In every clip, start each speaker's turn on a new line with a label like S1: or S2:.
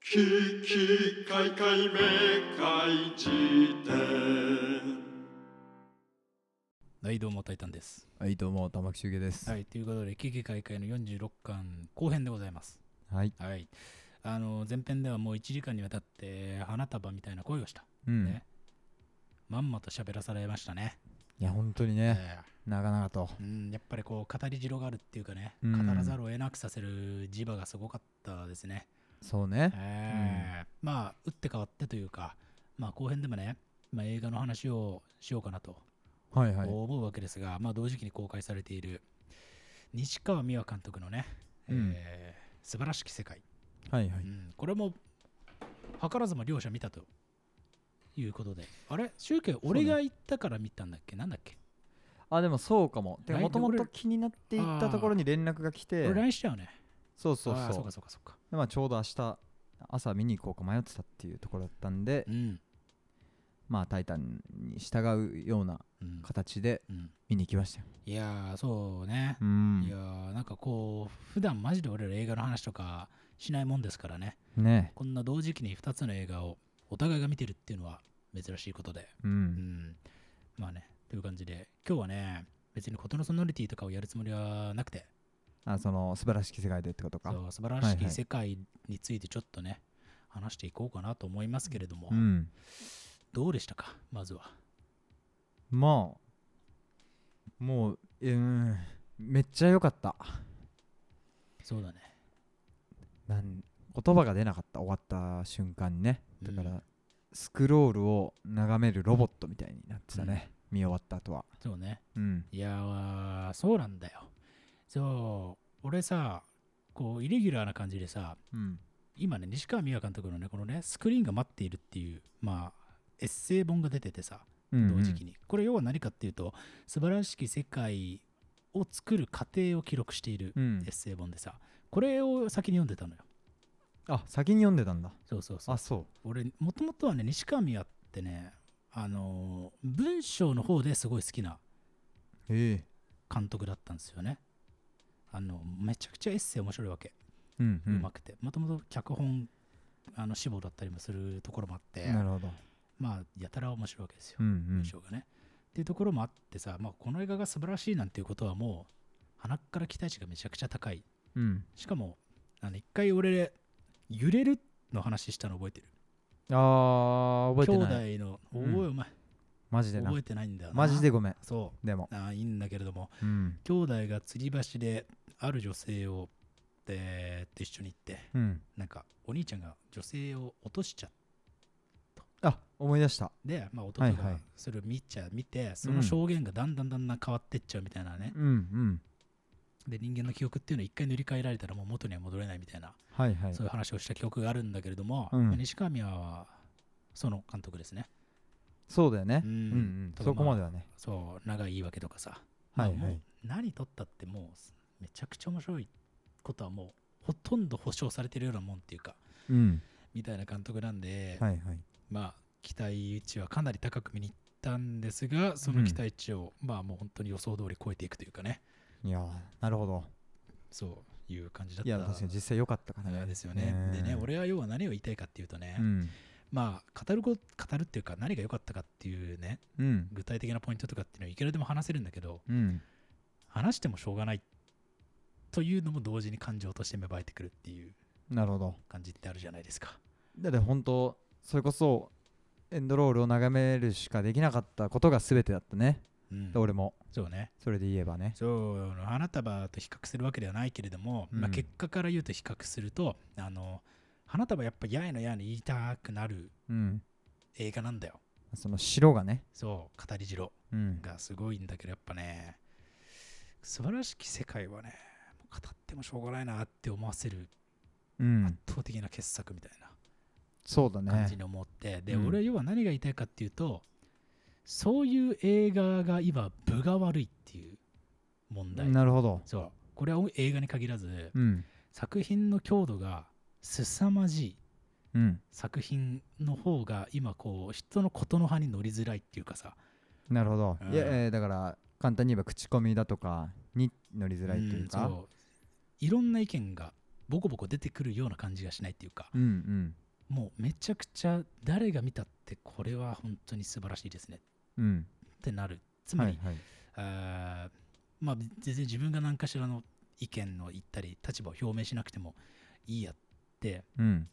S1: ききかいかいめかい辞典
S2: はい、どうも、タイタンです。
S3: はい、どうも、玉木周介です。
S2: はい、ということで、危機開会の46巻後編でございます。
S3: はい。
S2: はい。あの、前編ではもう1時間にわたって、花束みたいな恋をした。
S3: うん。
S2: ねまんまと喋らされましたね。
S3: いや、本当にね、
S2: え
S3: 長々と。
S2: えうん、やっぱりこう、語り代があるっていうかね、
S3: う
S2: 語
S3: ん
S2: らざるを得なくさせる磁場がすごかったですね。
S3: そうね。
S2: ええまあ、打って変わってというか、まあ、後編でもね、まあ、映画の話をしようかなと
S3: はいはい。
S2: 思うわけですが、まあ、同時期に公開されている西川美和監督のね、
S3: うん
S2: えー素晴らしき世界、
S3: はいは
S2: う
S3: い。
S2: んこれも図らずも両者見たということであれ集計俺が行ったから見たんだっけなんだっけ
S3: あ、でもそうかも。てか、
S2: 来
S3: もともと気になっていったところに連絡が来て
S2: 俺、LINE したよね
S3: そうそう
S2: あー
S3: そ
S2: そううか。そうかそうか
S3: でまあ、ちょうど明日、朝見に行こうか迷ってたっていうところだったんで
S2: う、ん
S3: まあ、タイタンに従うような
S2: うん、
S3: 形で
S2: うん、
S3: 見に行きましたよ。
S2: いやーそうね
S3: う、
S2: いや
S3: ん。
S2: ーなんかこう普段マジで俺ら映画の話とかしないもんですからね
S3: ね
S2: こんな同時期に2つの映画をお互いが見てるっていうのは珍しいことで
S3: う。
S2: うんん。まあね、という感じで、今日はね、別にことのソノリティとかをやるつもりはなくて、
S3: あ、その、素晴らしき世界でってことか。
S2: そう素晴らし
S3: はいはいい
S2: 世界についてちょっとね、話していこうかなと思いますけれども、
S3: うん。
S2: どうでしたか、まずは。
S3: まあ、もう、うん、めっちゃ良かった。
S2: そうだね。
S3: なん言葉が出なかった終わった瞬間にねだから、
S2: うん
S3: スクロールを眺めるロボットみたいになってたね、見終わった後は
S2: そうね。
S3: うん
S2: いやー、そうなんだよ。そう、俺さ、こう、イレギュラーな感じでさ、
S3: うん
S2: 今ね、西川美和監督のね、このね、スクリーンが待っているっていう、まあ、エッセイ本が出ててさ、同時期
S3: に
S2: に、これ要は何かっていうと素晴らしき世界を作る過程を記録している
S3: う
S2: エ
S3: ん
S2: ッ、セイ本でさこれを先に読んでたのよ
S3: あ先に読んでたんだ
S2: そうそうそう
S3: あそ
S2: 俺もともとはね西川美和ってねあのー文章の方ですごい好きな
S3: うへえ
S2: 監督だったんですよねあのめちゃくちゃエッセイ面白いわけ、
S3: うん
S2: う
S3: うん
S2: まくてもともと脚本あの志望だったりもするところもあって
S3: なるほど
S2: まあやたら面白いわけですよ
S3: うんうん
S2: 文章がね。っていうところもあってさ、まあ、この映画が素晴らしいなんていうことはもう鼻から期待値がめちゃくちゃ高い。
S3: うん
S2: しかも、あの一回俺、揺れるの話したの覚えてる。
S3: あー覚えてない
S2: 兄弟の、お
S3: うん
S2: いお前、
S3: マジでな
S2: 覚えてないんだよな。
S3: マジでごめん
S2: そ
S3: でも
S2: うあー。いいんだけれども、
S3: うん
S2: 兄弟が吊り橋である女性を、えー、と一緒に行って、
S3: うん
S2: なんかお兄ちゃんが女性を落としちゃって、
S3: あ思い出した
S2: まあ、弟
S3: はいは
S2: が
S3: い
S2: それを見ちゃ、見て、その証言がだんだんだんだん変わってっちゃうみたいなね。
S3: うんうん
S2: で人間の記憶っていうのは一回塗り替えられたらもう元には戻れないみたいな、
S3: はいはい
S2: そういう話をした記憶があるんだけれども、
S3: うん
S2: まあ西川美和はその監督ですね
S3: そうだよね
S2: う
S3: うんんうん
S2: ただ
S3: そこまではね
S2: そう長い言い訳とかさ、
S3: はい
S2: まあ
S3: は
S2: もう
S3: い
S2: 何撮ったってもうめちゃくちゃ面白いことはもうほとんど保証されてるようなもんっていうか
S3: うん
S2: みたいな監督なんで、
S3: はいはい
S2: まあ期待値はかなり高く見に行ったんですがその期待値を、まあもう本当に予想通り超えていくというかね
S3: いやーなるほど
S2: そういう感じだった
S3: いや確かに実際良かったから
S2: あ
S3: ね
S2: れですよね。でね、俺は要は何を言いたいかっていうとね、
S3: うん
S2: まあ語るこ語るっていうか何が良かったかっていうね
S3: うん
S2: 具体的なポイントとかっていうのはいくらでも話せるんだけど
S3: うん
S2: 話してもしょうがないというのも同時に感情として芽生えてくるっていう
S3: なるほど
S2: 感じってあるじゃないですか。
S3: だって本当それこそエンドロールを眺めるしかできなかったことが全てだったね、
S2: うん
S3: で、俺も
S2: そうね。
S3: それで言えばね
S2: そう花束と比較するわけではないけれども、まあ、
S3: うん
S2: 結果から言うと比較するとあの花束やっぱやいのやいの言いたくなる
S3: うん
S2: 映画なんだよ。
S3: その白がね
S2: そう語りじろ。
S3: うん
S2: がすごいんだけどやっぱね素晴らしき世界はねもう語ってもしょうがないなって思わせる
S3: う
S2: 圧
S3: ん
S2: 倒的な傑作みたい
S3: そうだ
S2: な感
S3: ね
S2: じに思って、で、
S3: うん
S2: 俺は要は何が言いたいかっていうとそういう映画が今分が悪いっていう問題、
S3: なるほど
S2: そうこれは映画に限らず
S3: うん
S2: 作品の強度が凄まじい
S3: うん
S2: 作品の方が今こう人のことの葉に乗りづらいっていうかさ
S3: なるほど、
S2: うん
S3: いや、えーだから簡単に言えば口コミだとかに乗りづらいというか
S2: んそういろんな意見がボコボコ出てくるような感じがしないっていうか
S3: うんうん
S2: もうめちゃくちゃ誰が見たってこれは本当に素晴らしいですね
S3: うん
S2: ってなるつま
S3: は
S2: り、
S3: いはい
S2: あーまあ全然自分が何かしらの意見の言ったり立場を表明しなくてもいいやって
S3: うん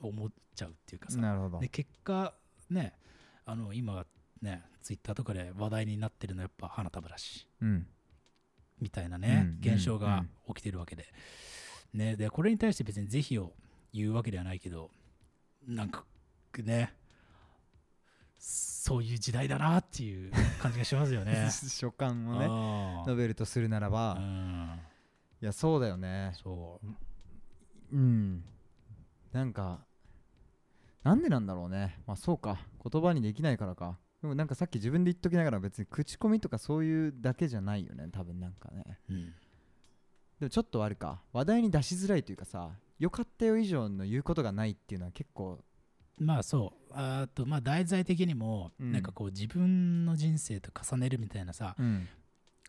S2: 思っちゃうっていうかさ
S3: なるほど
S2: で結果ねあの今ねツイッターとかで話題になってるのはやっぱ花束だし
S3: うん
S2: みたいなね、
S3: うん
S2: 現象
S3: う
S2: が
S3: ん
S2: 起きてるわけで,、ね、でこれに対して別に是非を言うわけではないけどなんかねそういう時代だなっていう感じがします よね。
S3: 所感をね
S2: あ
S3: 述べるとするなら
S2: あう
S3: ば
S2: ん
S3: いやそうだよね
S2: そう
S3: うんなんかなんでなんだろうねまあそうか言葉にできないからかでもなんかさっき自分で言っときながら別に口コミとかそういうだけじゃないよね多分なんかね
S2: うん
S3: でもちょっとあるか話題に出しづらいというかさよかったよ以上の言うことがないっていうのは結構
S2: まあそうあとまあ題材的にも、
S3: うん
S2: なんかこう自分の人生と重ねるみたいなさ
S3: うん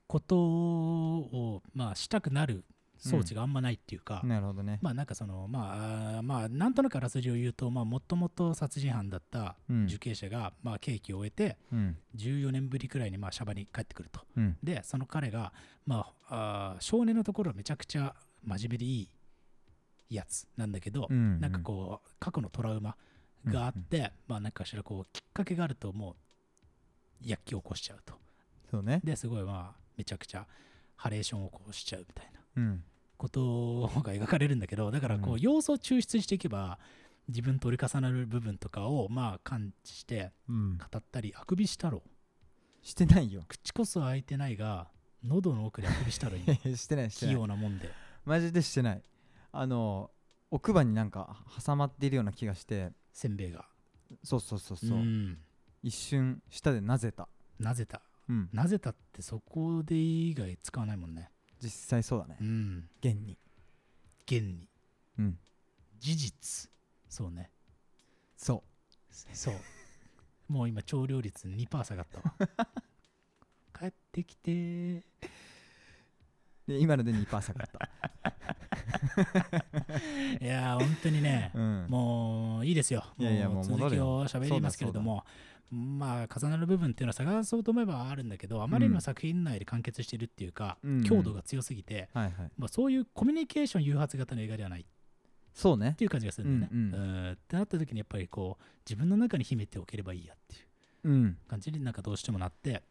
S2: ことをまあしたくなる装置があんまないっていうか、
S3: なるほどね
S2: まあなんかそのまああーまあなんとなくあらすじを言うとまあもともと殺人犯だった
S3: うん
S2: 受刑者がまあ刑期を終えて
S3: うん
S2: 14年ぶりくらいにまあシャバに帰ってくると
S3: うん
S2: でその彼がまああー少年のところはめちゃくちゃ真面目でいいやつなんだけど、
S3: うん
S2: なんかこう過去のトラウマがあって、まあなんかしらこうきっかけがあるともう躍起を起こしちゃうと
S3: そうね
S2: ですごいまあめちゃくちゃハレーションをこうしちゃうみたいな
S3: うん
S2: ことが描かれるんだけどだからこ
S3: う
S2: うん要素を抽出していけば自分と折り重なる部分とかをまあ感知して
S3: うん
S2: 語ったりあくびしたろ
S3: してないよ
S2: 口こそ開いてないが喉の奥であくびしたろ今
S3: してないし
S2: 器
S3: てない
S2: 用なもんで
S3: マジでしてないあの奥歯になんか挟まっているような気がして
S2: せんべいが
S3: そうそうそうそうう、
S2: ん
S3: 一瞬舌でなぜた
S2: なぜた
S3: うん
S2: なぜたってそこで以外使わないもんね
S3: 実際そうだね
S2: うん
S3: 現に
S2: 現に
S3: うん
S2: 事実そうね
S3: そ
S2: そうもう今調料率2%下がったわ 帰ってきてー
S3: うで今ので2%下がった、
S2: いやー本当にね、
S3: うん、
S2: もういいですよ。
S3: いやいや
S2: もう
S3: もう戻
S2: 続
S3: れ
S2: き
S3: よ
S2: を喋りますけれども、まあ、重なる部分っていうのは探そうと思えばあるんだけど、あまりにも作品内で完結してるっていうか、
S3: うん
S2: 強度が強すぎて、
S3: はいはい
S2: まあ、そういうコミュニケーション誘発型の映画ではないっ
S3: そうね
S2: ていう感じがするんだよね。
S3: うんうん
S2: ーってなった時に、やっぱりこう、自分の中に秘めておければいいやっていう
S3: うん
S2: 感じになんかどうしてもなって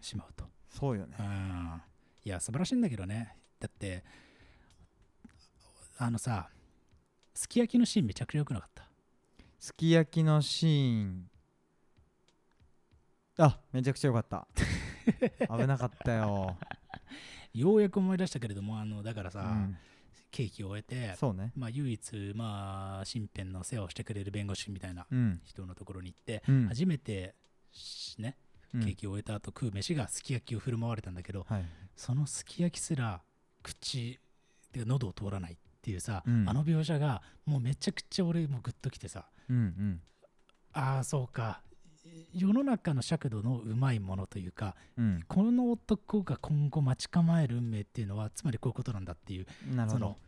S2: しまうと。
S3: そうよね
S2: うんいや素晴らしいんだけどねだってあのさすき焼きのシーンめちゃくちゃ良くなかった
S3: すき焼きのシーンあめちゃくちゃ良かった 危なかったよ、
S2: ようやく思い出したけれどもあのだから
S3: う
S2: さ、
S3: ん、
S2: ケーキを終えて、
S3: そうね
S2: まあ、唯一、まあ、身辺の世話をしてくれる弁護士みたいな
S3: うん
S2: 人のところに行って、
S3: うん
S2: 初めてしねケ
S3: うん
S2: ーキを終えた後食う飯がすき焼きを振る舞われたんだけど、
S3: はい
S2: そのすき焼きすら口で喉を通らないっていうさ、
S3: うん
S2: あの描写がもうめちゃくちゃ俺もうグッときてさ、
S3: うんうん
S2: ああそうか世の中の尺度のうまいものというか
S3: うん
S2: この男が今後待ち構える運命っていうのはつまりこういうことなんだっていう
S3: なる
S2: そ
S3: ほど
S2: の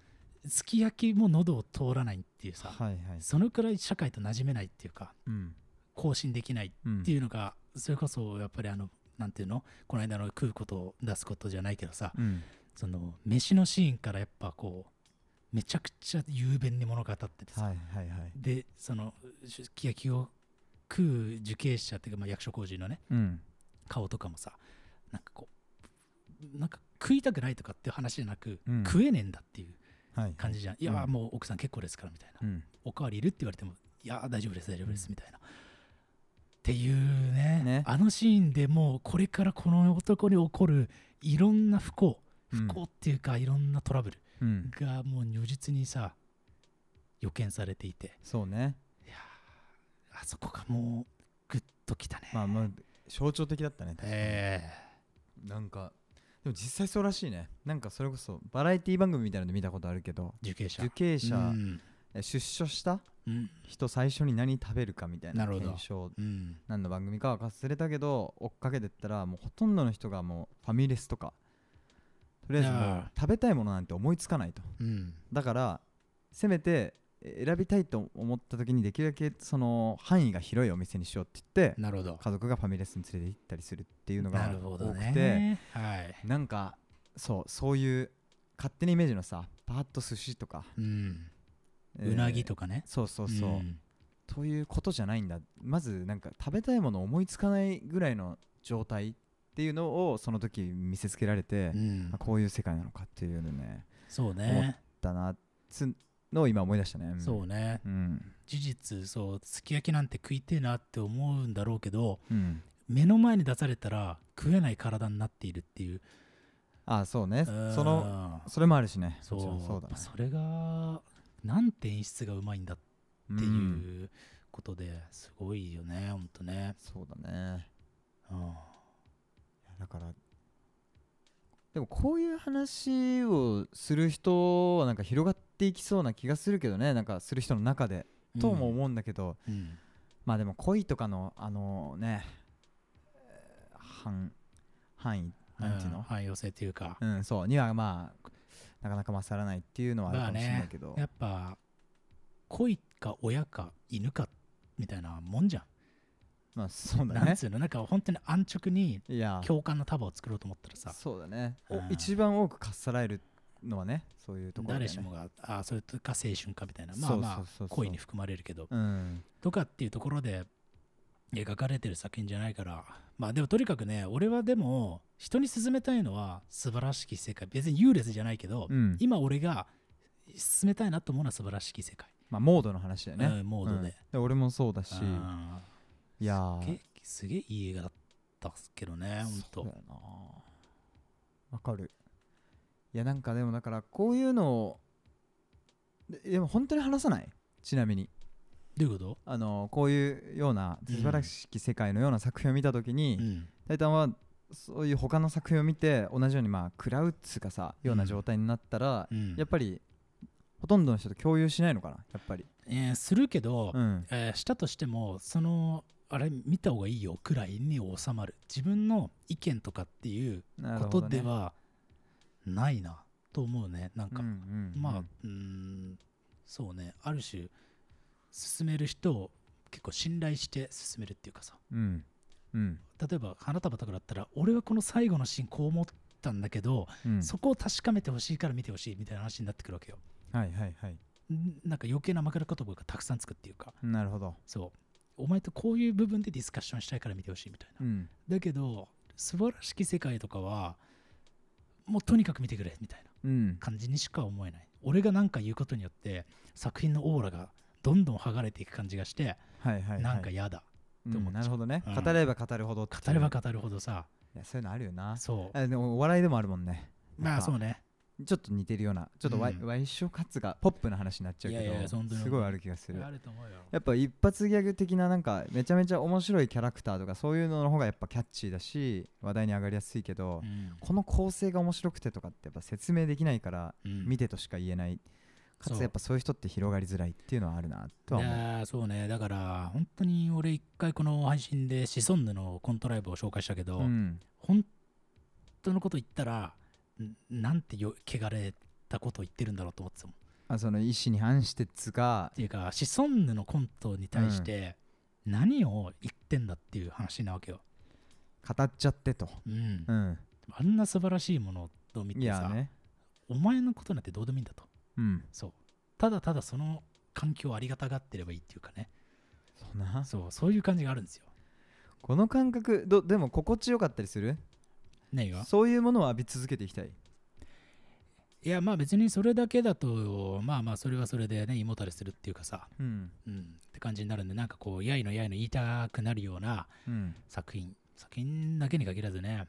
S2: すき焼きも喉を通らないっていうさ、
S3: はいはい
S2: そのくらい社会と馴染めないっていうか
S3: うん
S2: 更新できないっ
S3: うん
S2: ていうのが、それこそやっぱりあのなんていうのこの間の食うことを出すことじゃないけどさ
S3: うん
S2: その飯のシーンからやっぱこうめちゃくちゃ雄弁に物語っててさ、
S3: はいはいはい
S2: でそのすき焼きを食う受刑者っていうか、まあ、役所広司のね
S3: うん
S2: 顔とかもさなんかこうなんか食いたくないとかっていう話じゃなく、
S3: うん
S2: 食えねえんだっていう
S3: はいはい
S2: 感じじゃん、いやーもう奥さん結構ですからみたいな、
S3: うん
S2: おかわりいるって言われてもいやー大丈夫です大丈夫ですみたいな、っていうね
S3: ね
S2: あのシーンでもうこれからこの男に起こるいろんな不幸
S3: うん
S2: 不幸っていうかいろんなトラブル
S3: うん
S2: がもう如実にさ予見されていて
S3: そうね
S2: いやーあそこがもうグッときたね、
S3: まあまあ象徴的だったね確かに
S2: え
S3: なんかでも実際そうらしいねなんかそれこそバラエティ番組みたいなので見たことあるけど
S2: ー受刑者
S3: 受刑者、
S2: うん
S3: え出所した
S2: うん
S3: 人最初に何食べるかみたい
S2: な
S3: な
S2: るほど
S3: 検証
S2: うん
S3: 何の番組かは忘れたけど追っかけてったらもうほとんどの人がもうファミレスとかとりあえずも
S2: いうや
S3: 食べたいものなんて思いつかないと
S2: うん
S3: だからせめてえ選びたいと思った時にできるだけその範囲が広いお店にしようって言って
S2: なるほど。
S3: 家族がファミレスに連れて行ったりするっていうの
S2: な
S3: が
S2: るほ
S3: 多
S2: ど
S3: くて
S2: ね。はい。
S3: なんかそうそういう勝手なイメージのさパーッと寿司とか
S2: うん。
S3: えー
S2: うなぎとかね。
S3: そうそうそう、
S2: ん
S3: ということじゃないんだまずなんか食べたいもの思いつかないぐらいの状態っていうのをその時見せつけられて、
S2: うん
S3: あ。こういう世界なのかっていうのね
S2: そうね。
S3: だなっつのを今思い出したね、うん
S2: そうね。
S3: うん
S2: 事実、そう、すき焼きなんて食いてえなって思うんだろうけど、
S3: うん
S2: 目の前に出されたら食えない体になっているっていう。
S3: あそうね
S2: うん
S3: その、それもあるしね
S2: そう
S3: もちろんそうだね
S2: それが、なんて演出がうまいんだって
S3: ん
S2: いうことですごいよね、ほんとね。
S3: そうだね
S2: うん
S3: いやだからでもこういう話をする人はなんか広がっていきそうな気がするけどねなんかする人の中で、とも思うんだけど
S2: うん。
S3: まあでも恋とかのあのねえー範範囲なんていうの、
S2: 汎用性というか
S3: う。んそうにはまあなかなか勝らないっていうのはある
S2: ま
S3: か
S2: あ
S3: もしれない
S2: ね
S3: けど、、
S2: やっぱ、恋か親か犬かみたいなもんじゃん。
S3: まあそうだ
S2: なん
S3: ね
S2: つうの、なんか本当に安直に
S3: いや
S2: 共感の束を作ろうと思ったらさ、
S3: そうだね、お
S2: うん
S3: 一番多くかっさらえるのはねそういうところだ
S2: 誰
S3: よ
S2: し
S3: ね
S2: もが、ああ、それとか青春かみたいな、まあま
S3: そうそうそう
S2: あ、
S3: そう
S2: 恋に含まれるけど、
S3: うん
S2: とかっていうところで描かれてる作品じゃないから、まあでもとにかくね、俺はでも、人に勧めたいのは素晴らしき世界、別に優劣じゃないけど、
S3: うん
S2: 今俺が勧めたいなと思うのは素晴らしき世界、
S3: まあモードの話だよね、
S2: うんモードで
S3: うん俺もそうだし
S2: うん
S3: いやー
S2: けすげえいい映画だったっすけどね、
S3: そう
S2: ほんと。
S3: だよなわかるいやなんかでもだからこういうのをででも本当に話さないちなみに
S2: どういうこと
S3: あのこういうような
S2: うん
S3: 素晴らしき世界のような作品を見た時に、
S2: うん。
S3: タイタンはそういう他の作品を見て同じようにまあ食らうっつうかさような状態になったら、
S2: うん
S3: やっぱりほとんどの人と共有しないのかなやっぱり
S2: えーするけど、
S3: うん
S2: えーしたとしても、その、あれ見た方がいいよくらいに収まる。自分の意見とかっていう
S3: なる
S2: こ
S3: ほ
S2: と
S3: ど
S2: で
S3: ね
S2: はないなと思うね。なんか、
S3: うんうんうん
S2: まあ、うーん、そうね、ある種、進める人を結構信頼して進めるっていうかさ。
S3: うんうん
S2: 例えば花束とかだったら俺はこの最後のシーンこう思ったんだけど、
S3: うん
S2: そこを確かめてほしいから見てほしいみたいな話になってくるわけよ。
S3: はいはいはい
S2: んなんか余計な枕言葉がたくさんつくっていうか、
S3: なるほど
S2: そう。お前とこういう部分でディスカッションしたいから見てほしいみたいな。
S3: うん
S2: だけど、素晴らしき世界とかは、もうとにかく見てくれみたいな
S3: うん
S2: 感じにしか思えない。俺が何か言うことによって、作品のオーラがどんどん剥がれていく感じがして、
S3: はいはい、はい、
S2: なんか嫌だ。って思っちゃう
S3: うんなるほどね、
S2: うん
S3: 語れば語るほどっていう
S2: 語れば語るほどさ、
S3: いやそういうのあるよな
S2: そう。
S3: あでもお笑いでもあるもんね
S2: ま
S3: やっ
S2: あ
S3: ぱ
S2: そうね。
S3: ちょっと似てるようなちょっとワイ,、
S2: うん
S3: ワイショカツがポップな話になっちゃうけど
S2: いやいやいやそんなの
S3: すごいある気がする
S2: あると思うよ。
S3: やっぱ一発ギャグ的ななんかめちゃめちゃ面白いキャラクターとかそういうのの方がやっぱキャッチーだし話題に上がりやすいけど、
S2: うん
S3: この構成が面白くてとかってやっぱ説明できないから
S2: うん
S3: 見てとしか言えない、か
S2: そ
S3: つ
S2: う
S3: やっぱそういう人って広がりづらいっていうのはあるなとは思
S2: いうやーそうねだから本当に俺一回この配信でシソンヌのコントライブを紹介したけど、
S3: うん
S2: 本当のこと言ったらんなんてよ汚れたことを言ってるんだろうと思ってたもんっ
S3: あその意思に反してっつうか
S2: ていうかシソンヌのコントに対して何を言ってんだっていう話なわけよ、
S3: 語っちゃってと、
S2: うん
S3: うん、
S2: あんな素晴らしいものを見
S3: い
S2: て
S3: や
S2: さ、
S3: ね
S2: お前のことなんてどうでもいいんだと
S3: うん
S2: そうただただその環境をありがたがってればいいっていうかね
S3: そうな
S2: そうそういう感じがあるんですよ
S3: この感覚どでも心地よかったりする
S2: 何が
S3: そういうものを浴び続けていきたい
S2: いやまあ別にそれだけだとまあまあそれはそれでね胃もたれするっていうかさ、
S3: うん
S2: うん、って感じになるんでなんかこうやいのやいの言いたくなるような
S3: うん
S2: 作品作品だけに限らずね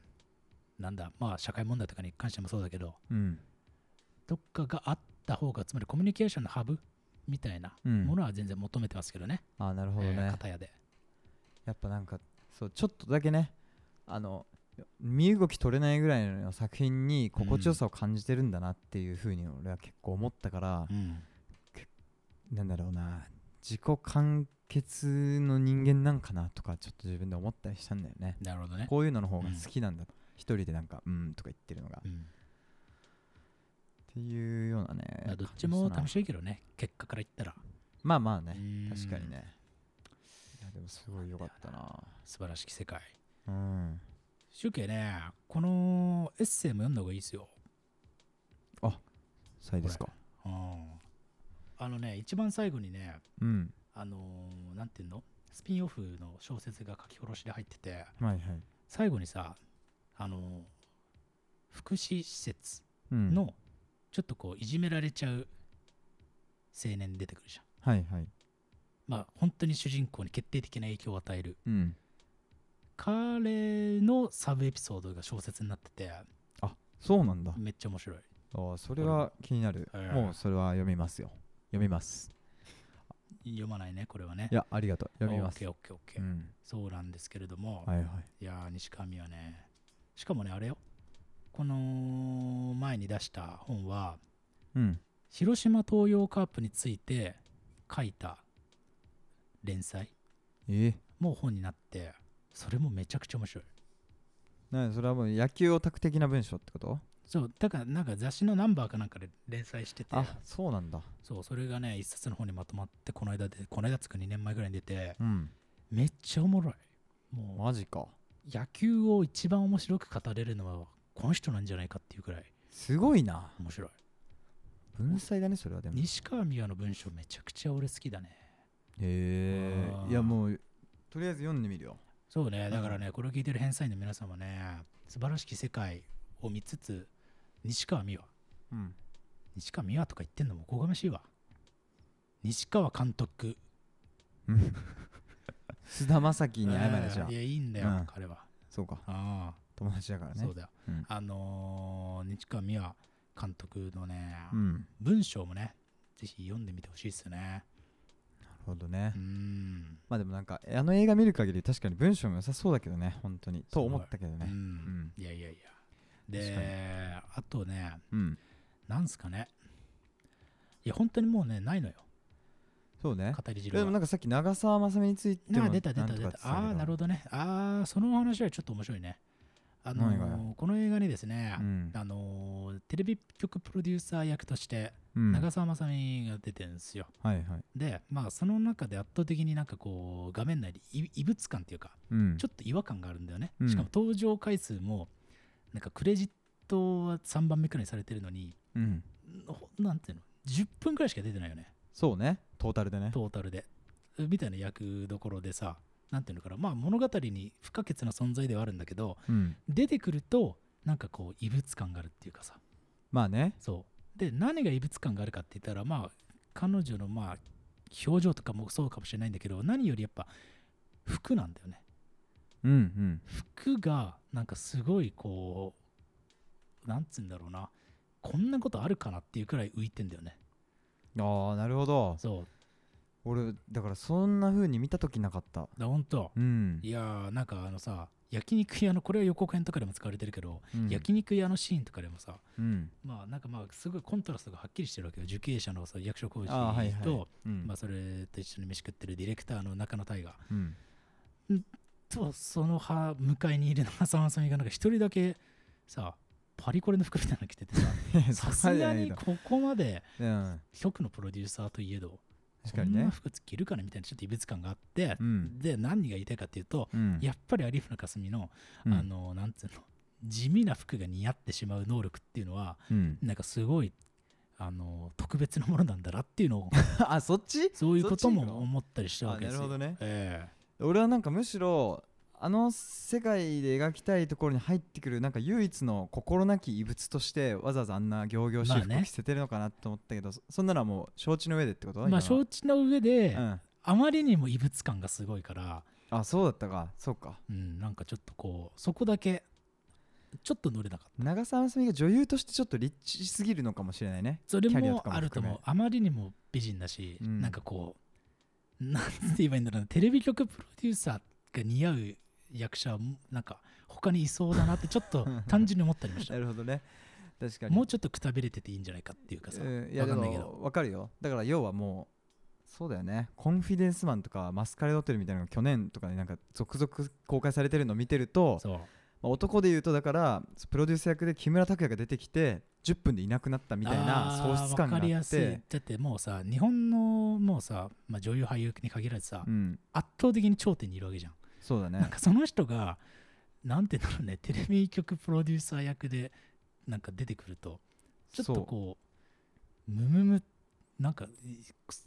S2: なんだまあ社会問題とかに関してもそうだけど
S3: うん
S2: どっかがあった方がつまりコミュニケーションのハブみたいな
S3: うん
S2: ものは全然求めてますけどね、
S3: あーなるほど
S2: えー
S3: ね
S2: 片やで
S3: やっぱなんかそうちょっとだけねあの身動き取れないぐらいの作品に心地よさを感じてるんだなっていうふうに俺は結構思ったから
S2: う、ん
S3: なんだろうな自己完結の人間なんかなとかちょっと自分で思ったりしたんだよね
S2: なるほどね
S3: こういうのの方が好きなんだ、一人でなんか「うん」とか言ってるのが、
S2: う
S3: っ
S2: ん、
S3: てっていうようなね
S2: まあどっちも
S3: 感
S2: 楽
S3: じ
S2: しいけどね結果から言ったら
S3: したなまあまあ
S2: う
S3: ね
S2: ーん
S3: 確かにねいやでもすごい良かったな
S2: 素晴らしき世界
S3: うん
S2: シュウケイねこのエッセイも読んだ方がいいですよ、
S3: そうですか
S2: うん、あのね一番最後にね
S3: うん
S2: あのーなんていうのスピンオフの小説が書き下ろしで入ってて
S3: はいはい
S2: 最後にさあのー福祉施設
S3: うん
S2: のちょっとこういじめられちゃう青年出てくるじゃん
S3: はいはい
S2: まあ本当に主人公に決定的な影響を与える
S3: うん
S2: 彼のサブエピソードが小説になってて
S3: あそうなんだ
S2: めっちゃ面白い
S3: あーそれは気になる
S2: うん
S3: もうそれは読みますよ読みます
S2: 読まないねこれはね
S3: いやありがとう読みます
S2: オッケーオッケーオッケ
S3: う
S2: ー、
S3: ん
S2: そうなんですけれども、
S3: はいはい
S2: いやー、西上はね、しかもね、あれよ、この前に出した本は、
S3: うん
S2: 広島東洋カープについて書いた連載
S3: え
S2: もう本になって、それもめちゃくちゃ面白い。
S3: なにそれはもう野球オタク的な文章ってこと
S2: そう、だからなんか雑誌のナンバーかなんかで連載してて、
S3: あそうなんだ
S2: そう、それがね、一冊の本にまとまって、この間で、この間つく2年前ぐらいに出て、
S3: うん
S2: めっちゃおもろい。も
S3: マジか
S2: う、野球を一番面白く語れるのは、この人なんじゃないかっていうくらい
S3: すごいな
S2: 面白い。
S3: 文才だねそれはでもへ
S2: 西川美和の文章めちゃくちゃ俺好きだね
S3: え
S2: あー
S3: いやもうとりあえず読んでみるよ
S2: そうねだからねこれを聞いてる編纂員の皆様ね素晴らしき世界を見つつ西川美和
S3: うん
S2: 西川美和とか言ってんのもおこがましいわ西川監督
S3: 菅田将暉に謝れじゃ
S2: うんい
S3: ん
S2: やいいんだよ、
S3: うん
S2: 彼は
S3: そうか
S2: あ
S3: 友達だか
S2: あ、
S3: らね
S2: そうだよ、
S3: うん
S2: あのー西川美和監督のね、
S3: うんなる
S2: 文章もねぜひ読んでみてほしいですね
S3: ほどね
S2: うん、
S3: まあでもなんかあの映画見る限り確かに文章も良さそうだけどね本当にと思ったけど
S2: う
S3: ね
S2: んいやいやいや
S3: 確かに
S2: であとね
S3: うん
S2: なんすかね。いや、本当にもうね、ないのよ。
S3: そうね
S2: 語り汁
S3: で
S2: は。
S3: も
S2: な
S3: なんかさっき長澤まさみについて
S2: あ
S3: も
S2: 出た出
S3: なん
S2: た
S3: と
S2: 出
S3: か
S2: た
S3: って言って。け
S2: ああー、なるほどね。ああ、そのお話はちょっと面白いね。あのー
S3: 何が
S2: この映画にですね、
S3: うん
S2: あのーテレビ局プロデューサー役として、
S3: うん
S2: 長澤まさみが出てるんですよ。
S3: はいはい
S2: で、まあ、その中で圧倒的になんかこう、画面内でい異物感っていうか、
S3: うん
S2: ちょっと違和感があるんだよね。
S3: うん
S2: しかも登場回数も、なんかクレジットは3番目くらいにされてるのに、
S3: うん
S2: ほなんていうの、10分くらいしか出てないよね。
S3: そうねトータルでね
S2: トータルでみたいな役どころでさなんていうのかなまあ物語に不可欠な存在ではあるんだけど
S3: うん
S2: 出てくるとなんかこう異物感があるっていうかさ
S3: まあね
S2: そうで何が異物感があるかって言ったらまあ彼女のまあ表情とかもそうかもしれないんだけど何よりやっぱ服なんだよね
S3: うんうん
S2: 服がなんかすごいこうなんつうんだろうなこんなことあるかなっていうくらい浮いてんだよね
S3: ああなるほど
S2: そう
S3: 俺だからそんな風に見た時なかった
S2: だ本当
S3: うん
S2: いやーなんかあのさ焼肉屋のこれは予告編とかでも使われてるけど、
S3: うん
S2: 焼肉屋のシーンとかでもさ
S3: うん
S2: まあなんかまあすごいコントラストがはっきりしてるわけよ受刑者のさ役所広司と、
S3: あーはいはいうん
S2: まあ、それと一緒に飯食ってるディレクターの中野大河
S3: うん
S2: とそのは向かいにいる長澤まさみがなんか一人だけさパリコレの服みたいなの着ててささすがにここまで
S3: うん
S2: 局のプロデューサーといえど
S3: 確
S2: こ
S3: かに
S2: んな
S3: ね
S2: 服着るかねみたいなちょっと異物感があって、
S3: うん
S2: で何が言いたいかっていうと、
S3: うん
S2: やっぱり有村架純の
S3: うん
S2: あのなんつうの地味な服が似合ってしまう能力っていうのは
S3: うん
S2: なんかすごいあの特別なものなんだなっていう のを
S3: あそっち
S2: そういうこと
S3: そっち行くの
S2: も思ったりしたわ
S3: あ
S2: けです
S3: なる
S2: よ。
S3: ほどね
S2: え
S3: 俺はなんかむしろあの世界で描きたいところに入ってくるなんか唯一の心なき異物としてわざわざあんな行々しい
S2: まあ
S3: 服
S2: ね
S3: 着せてるのかなと思ったけどそそんなのはもう承知の上でってこと
S2: えまあ
S3: 今の
S2: 承知の上で、
S3: うん
S2: あまりにも異物感がすごいから、
S3: あそうだったかそうか
S2: うん、なんかちょっとこうそこだけちょっと乗れなかった。
S3: 長澤まさみが女優としてちょっとリッチすぎるのかもしれないね
S2: それ
S3: キャリアと
S2: も
S3: かも
S2: あると
S3: 含め
S2: 思う。あまりにも美人だし、
S3: うん
S2: なんかこう、なんて言えばいいんだろうな、テレビ局プロデューサーが似合う役者は、なんか他にいそうだなって、ちょっ と単純に思ったりもし
S3: な
S2: た。
S3: るほどね確かに
S2: もうちょっとくたびれてていいんじゃないかっていうかさ、
S3: うんいや
S2: わ
S3: で
S2: かんないけど。
S3: も分かるよだから要はもうそうだよねコンフィデンスマンとかマスカレードテルみたいなのが去年とかになんか続々公開されてるのを見てると
S2: そう。
S3: まあ男で言うとだからプロデュース役で木村拓哉が出てきて10分でいなくなったみたいな喪失感があ
S2: わかり
S3: っ
S2: やすい
S3: て、
S2: だってもうさ日本のもうさ、まあ、女優俳優に限らずさ、
S3: うん、
S2: 圧倒的に頂点にいるわけじゃん、
S3: そうだ
S2: なん
S3: ね
S2: かその人がなんていうのねテレビ局プロデューサー役でなんか出てくるとちょっと
S3: そう
S2: こうむむむなんか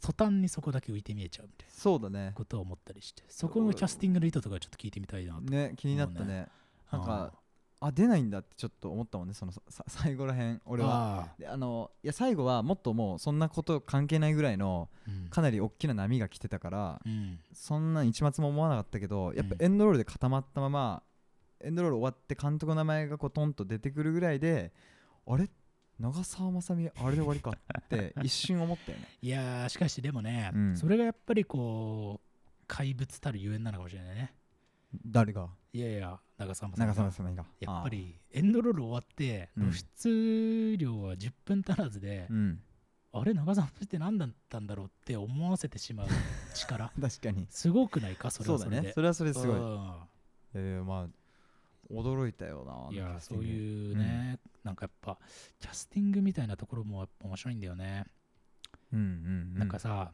S2: 途端にそこだけ浮いて見えちゃうみたい
S3: そうだね
S2: なことを思ったりしてそこのキャスティングの意図とかちょっと聞いてみたいなと、
S3: ね気になった
S2: もう
S3: ねなん
S2: あ
S3: かあ出ないんだってちょっと思ったもんねそのさ さ最後らへん
S2: ー
S3: 俺は
S2: あ
S3: であのいや最後はもっともうそんなこと関係ないぐらいの
S2: ーうん
S3: かなり大きな波が来てたから
S2: うん
S3: そんなん一末も思わなかったけどやっぱ
S2: うん
S3: エンドロールで固まったまま、エンドロール終わって監督の名前がこうトンと出てくるぐらいであれ長澤まさみあれで終わりかって一瞬思ったよね
S2: いやーしかしでもね、
S3: うん
S2: それがやっぱりこう怪物たるゆえんなのかもしれないね
S3: 誰が
S2: いやいや長澤まさみ
S3: 長
S2: が
S3: 澤まさみが
S2: やっぱりエンドロール終わって
S3: うん
S2: 露出量は10分足らずで
S3: あー、うん
S2: あれ長澤まさみって何だったんだろうって思わせてしまう 力
S3: 確かに
S2: すごくないかそれ
S3: そ
S2: は
S3: うだ
S2: それ
S3: ね
S2: で
S3: それはそれですごい
S2: うん
S3: えー、まあ驚いたよなあの
S2: い
S3: キ
S2: や
S3: ャスティ
S2: そ
S3: ン
S2: う
S3: グ
S2: いうね、なんかやっぱキャスティングみたいなところもやっぱ面白いんだよね、
S3: うんうんう
S2: なんかさ